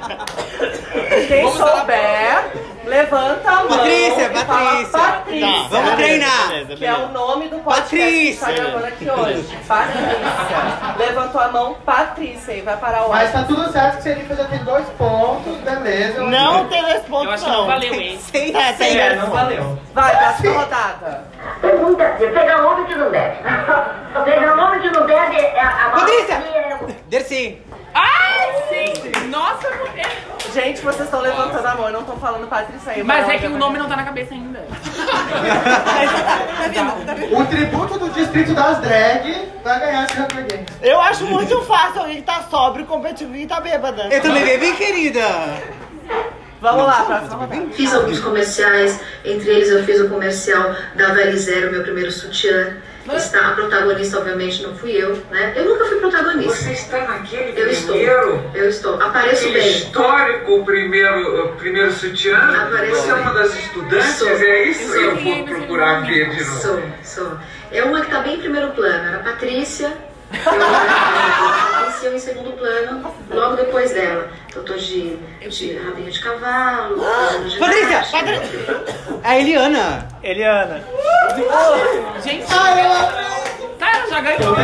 sabe?
Quem souber, levanta a mão.
Patrícia,
e fala
Patrícia. Tá, vamos
Patrícia,
treinar.
Que é o nome do podcast que
Patrícia.
está gravando aqui hoje. Patrícia. Levantou a mão, Patrícia, e vai parar o ar.
Mas tá tudo certo que Serita já tem dois pontos, beleza.
Não tem resposta, Eu acho que não não. valeu, hein? Sem- É, sem É, não resposta. valeu.
Vai, próxima rodada.
Pergunta assim, pegar homem que não deve. pegar um homem que não deve é a... é a Patrícia!
Dercy!
Ai, sim! Nossa, Gente, vocês estão levantando a mão, eu não tô falando Patrícia aí.
Mas é que
não,
o nome não tá na cabeça ainda.
O tributo do Distrito das Drag vai ganhar esse Hunger Games.
Eu acho muito fácil alguém que tá sóbrio, competitivo e tá bêbada. Eu também bebi, querida.
Vamos lá, próxima rodada.
Fiz alguns comerciais, entre eles eu fiz o comercial da Vale Zero, meu primeiro sutiã. Está, a protagonista, obviamente, não fui eu, né? Eu nunca fui protagonista. Você está naquele eu estou. Eu estou. Apareço
Que
bem.
Histórico primeiro, eh, primeiro sutiã. Você é uma das estudantes,
Sou.
é isso?
Sou.
Eu vou procurar ver de novo.
Sou, sou. É uma que tá bem em primeiro plano, era a Patrícia. Apareceu em segundo plano, logo depois dela. Eu tô de, de rabinho de cavalo, de
Ah, Patrícia! A Eliana. Eliana.
Gente,
Cara, já ganhou.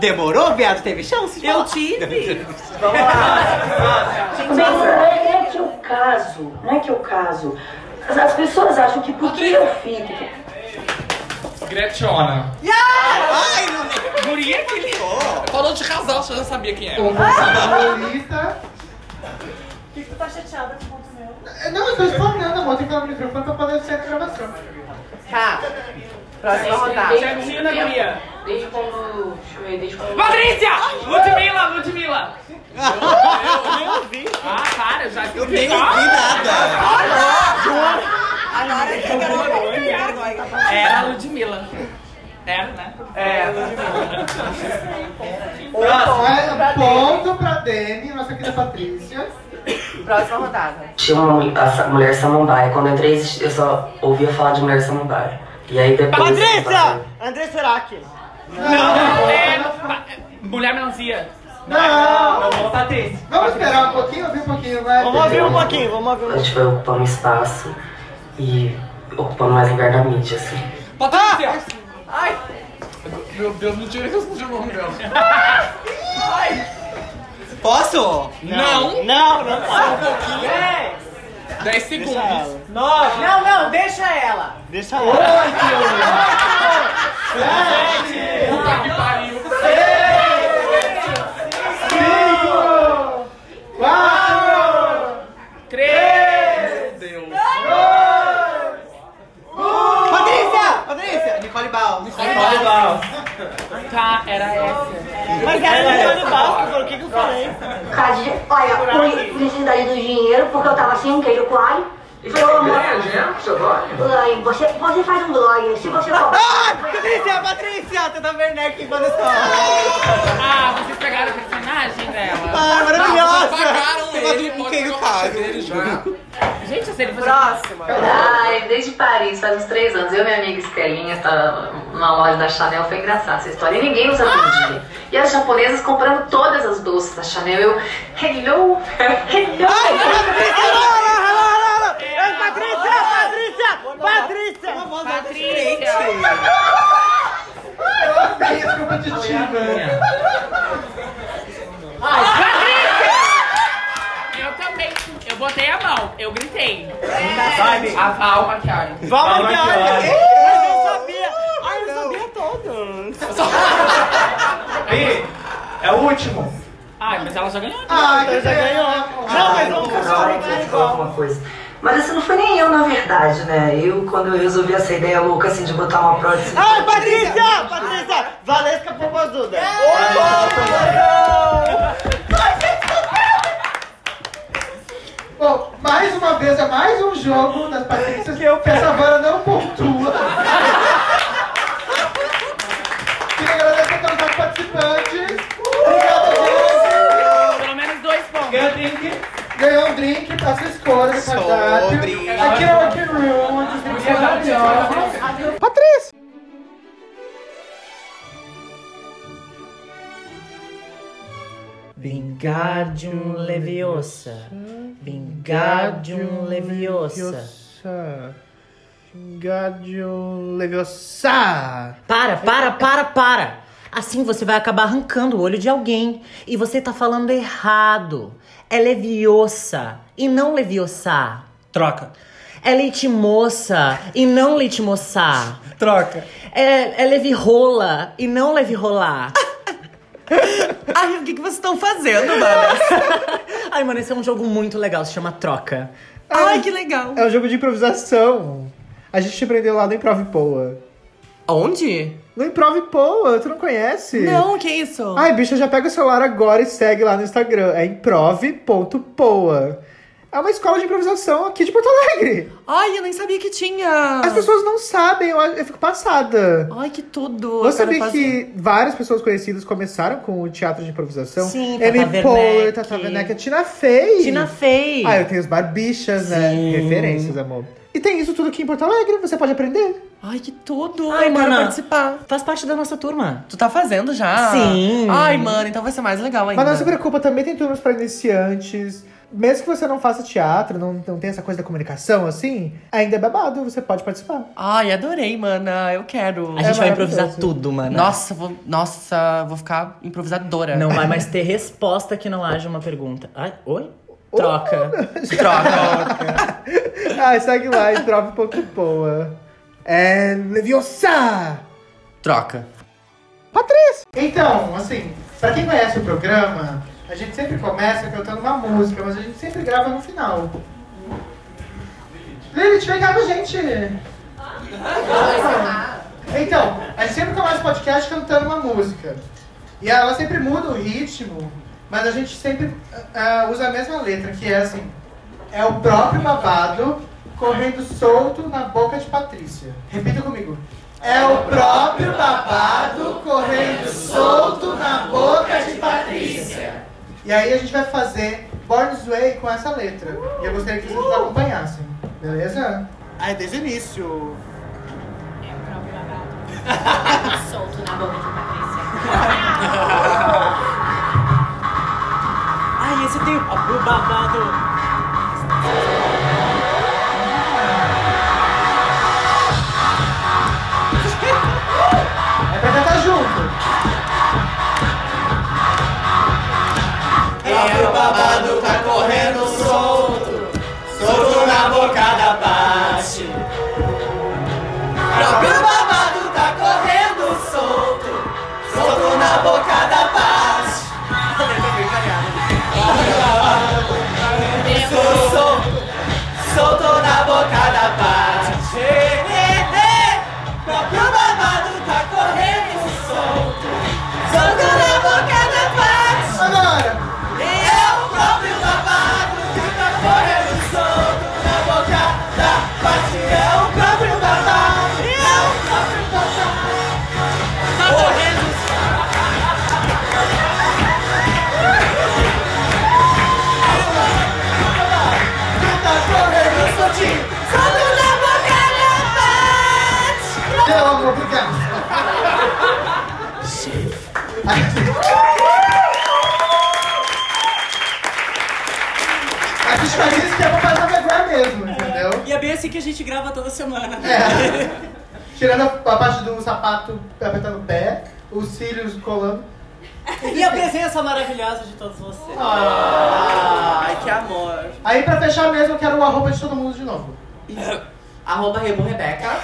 Demorou, viado? Teve chance? de
Eu
falar?
tive.
Vamos lá.
Não, não é que o caso, não é que o caso. As, as pessoas acham que porque eu fico...
Gretchona.
Ai, não. Guria que ligou. Falou de casal, você já sabia quem era.
Paulista.
Por que tu tá chateada com o ponto meu?
É, Não, eu tô explanando, amor. Tem que falar no microfone pra poder ser a gravação.
Tá. Próxima
Tá.
rodada.
Desde quando. Deixa eu ver, desde quando.
Patrícia! Ludmilla, Ludmilla!
Eu
nem ouvi. Ah, para, já
Eu nem ouvi nada.
Agora que Era a Ludmilla. Era, né?
É.
Próximo é ponto pra Demi, nossa querida Patrícia.
Próxima rodada.
Tinha uma mu- a sa- mulher samambaia. Quando eu entrei, eu só ouvia falar de mulher samambaia. E aí depois.
Patrícia! André Surak.
Não, é, pa- Mulher melancia.
é
Não!
Não, Patrícia.
Vamos esperar um pouquinho, ouvir um pouquinho, vai.
Vamos abrir um pouquinho, vamos abrir um
A gente foi ocupando espaço e ocupando mais lugar na mídia, assim.
Patrícia!
Ai!
Meu Deus, não tirei isso de nome dela.
Posso?
Não.
Não, não
Só um
posso.
pouquinho. 10 segundos.
Nove.
Não,
não, deixa ela. Deixa ela.
Puta que pariu.
Cinco! Quatro!
Tá, era essa.
Mas era no Antônio Barros, eu falei, o que que eu falei?
Cade, olha, uni- virgindade do dinheiro, porque eu tava sem um queijo coalho.
E você ganha dinheiro com seu blog?
Ganho. Você, você faz um blog, se você for.
Ah, Patrícia, Patrícia, Tata Werneck quando só.
Ah, vocês pegaram o personagem dela?
Ah,
Não,
maravilhosa.
vocês pagaram
Eu
ele.
adoro
quem Gente, se ele fosse...
Próxima.
Ai, desde Paris, faz uns três anos, eu e minha amiga Estelinha, tá numa loja da Chanel, foi engraçada essa história. E ninguém nos atendia. E as japonesas comprando todas as bolsas da Chanel. Eu, hello, hello.
Patrícia, Patrícia, Patrícia,
tá
Patrícia.
Ai, Patrícia! Eu também. Eu botei a mão, eu gritei.
Sabe?
A Val Machiari.
Vamos de olho. Mas eu sabia. Ai, eu sabia
Bi,
é o último.
Ai, mas ela já ganhou.
Ah, então já ganhou. Não, mas vamos continuar.
Vou falar alguma coisa. Mas assim, não foi nem eu, na verdade, né? Eu, quando eu resolvi essa ideia louca, assim, de botar uma prótese...
Ai, Patrícia, Patrícia. Valesca Popozuda.
Bom, mais uma vez, é mais um jogo das Patrícias que, essa vara não pontua. Queria agradecer a todos os participantes. Obrigado, gente.
Pelo menos dois pontos.
Ganhou um drink. Ganhou um drink pra sua escolha, seu
Sobre.
cardápio. Aqui é o Rock Room, onde os drinks são maravilhosos. Patrícia!
Wingardium um Leviosa. Wingardium Leviosa.
Wingardium Leviosa.
Para, para, para, para. Assim você vai acabar arrancando o olho de alguém. E você tá falando errado. É Leviosa e não Leviosa.
Troca.
É leite moça e não leite moça.
Troca.
Tá. É, é leve rola e não leve rolar. Ai, o que, que vocês estão fazendo, manas? Ai, mano, esse é um jogo muito legal, se chama Troca. Ai, que legal.
É um jogo de improvisação. A gente aprendeu lá no Improv Poa.
Onde?
No Improv Poa, tu não conhece?
Não, que isso?
Ai, bicha, já pega o celular agora e segue lá no Instagram. É improv.poa. É uma escola de improvisação aqui de Porto Alegre.
Ai, eu nem sabia que tinha.
As pessoas não sabem, eu, eu fico passada.
Ai, que tudo. um- eu
Você sabia
quero fazer.
que várias pessoas conhecidas começaram com o teatro de improvisação?
Sim, Tata
Amy Poehler,
Werneck.
Tata Werneck, a Tina Fey.
Tina Fey.
Ah, eu tenho os barbichas, né? Referências, amor. E tem isso tudo aqui em Porto Alegre, você pode aprender.
Ai, que tudo.
Ai,
eu quero
mana.
participar. Faz parte da nossa turma.
Tu tá fazendo já?
Sim.
Ai, mano, então vai ser mais legal ainda.
Mas não se preocupa, também tem turmas pra iniciantes. Mesmo que você não faça teatro, não, não tenha essa coisa da comunicação, assim, ainda é babado, você pode participar.
Ai, adorei, mana. Eu quero.
A gente É vai improvisar maravilhoso.
tudo, mana.
Nossa, vou, nossa, vou ficar improvisadora.
Não vai mais ter resposta que não haja uma pergunta. Ai, oi? Troca.
Ah, segue lá, improv.poa. É... Leviosa!
Troca.
Patrícia! Então, assim, pra quem conhece o programa, a gente sempre começa cantando uma música, mas a gente sempre grava no final. Lilith, vem cá com a gente! Então, a gente sempre começa o podcast cantando uma música. E ela sempre muda o ritmo, mas a gente sempre ah, ah, usa a mesma letra, que é assim: é o próprio babado correndo solto na boca de Patrícia. Repita comigo. É o próprio babado correndo solto na boca de Patrícia. E aí a gente vai fazer Born This Way com essa letra. E eu gostaria que vocês nos acompanhassem. Beleza? Aí Ah, é desde o início.
Tá Solto na boca de
Ai, esse tem o babado.
É pra cantar junto.
É o babado tá correndo solto, solto na boca da Paty. Próprio babado tá correndo solto, solto na boca da Paty. tá
Te amo, obrigado. A gente faz isso que é pra passar vergonha mesmo, entendeu?
E é bem assim que a gente grava toda semana. né?
É. Tirando a a parte do sapato apertando o pé, os cílios colando.
E a presença maravilhosa de todos vocês.
Ah.
Ai, que amor.
Aí pra fechar mesmo, eu quero o arroba de todo mundo de novo.
Arroba Remo Rebeca.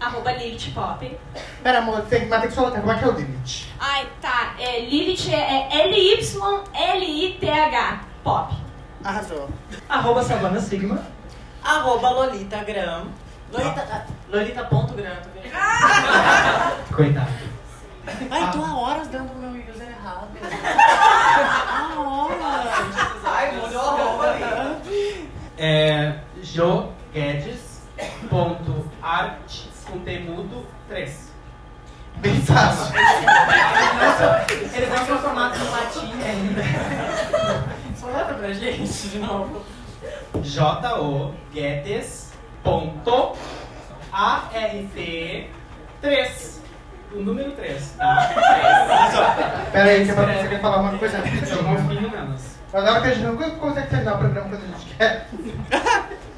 Arroba Lilith Pop.
Pera, amor, tem, mas tem que falar como é que é o limite.
Ai, tá. É, Lilith é L-Y-L-I-T-H. Pop.
Arrasou.
Arroba Savana Sigma.
Arroba Lolita Gram. Lolita. Lolita.gram, tô vendo?
Coitado.
Ai, tô há horas dando o meu user errado. Há horas.
Ai, mudou a roupa aí.
É joguedes.art com temudo 3.
Bem fácil.
Eles não são formados no latim ainda. Só letra pra gente de novo.
J-O Guedes ponto A-R-T 3. O número 3, tá?
Pera aí, que eu vou conseguir falar uma coisa tá rapidinho.
Eu confio nelas.
Agora que a gente não consegue terminar o programa quando a gente quer.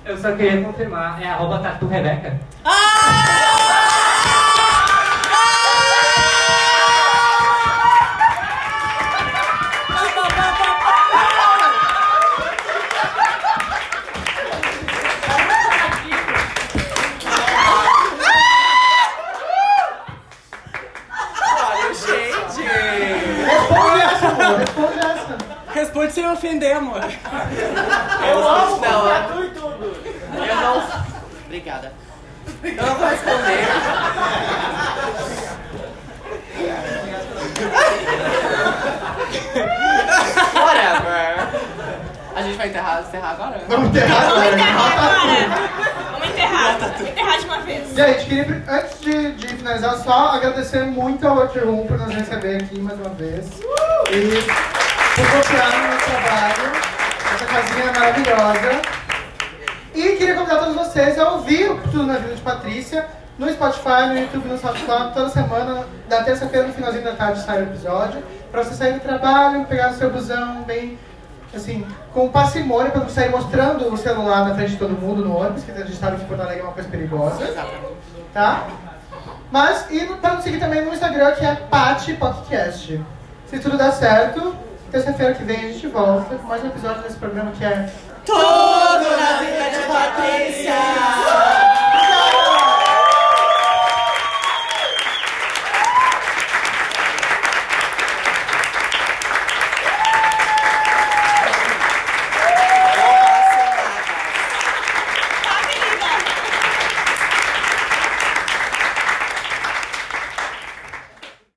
Eu só queria confirmar, é arroba Tatu Rebeca.
Olha, gente.
Responde essa, amor. Responde essa.
Responde sem ofender, amor.
Eu amo, é
Não,
tatu
eu- eu não. Obrigada. Eu não vou responder. Whatever. A gente vai enterrar, enterrar agora?
Vamos né? enterrar agora.
Vamos enterrar. Vamos enterrar de uma vez.
Gente, queria, pri- antes de, de finalizar, só agradecer muito ao Outro Room por nos receber aqui mais uma vez. E por confiar no nosso trabalho, essa casinha maravilhosa. E queria convidar todos vocês a ouvir o Tudo na Vida de Patrícia no Spotify, no YouTube, no SoundCloud, toda semana, da terça-feira, no finalzinho da tarde, sai o episódio. Pra você sair do trabalho, pegar seu busão bem, assim, com parcimônia, pra não sair mostrando o celular na frente de todo mundo no ônibus, que a gente sabe que Porto Alegre é uma coisa perigosa. Tá? Mas, e no- pra nos seguir também no Instagram, que é Pati Podcast. Se tudo der certo, terça-feira que vem a gente volta com mais um episódio desse programa que é...
Tudo na vida de Patrícia.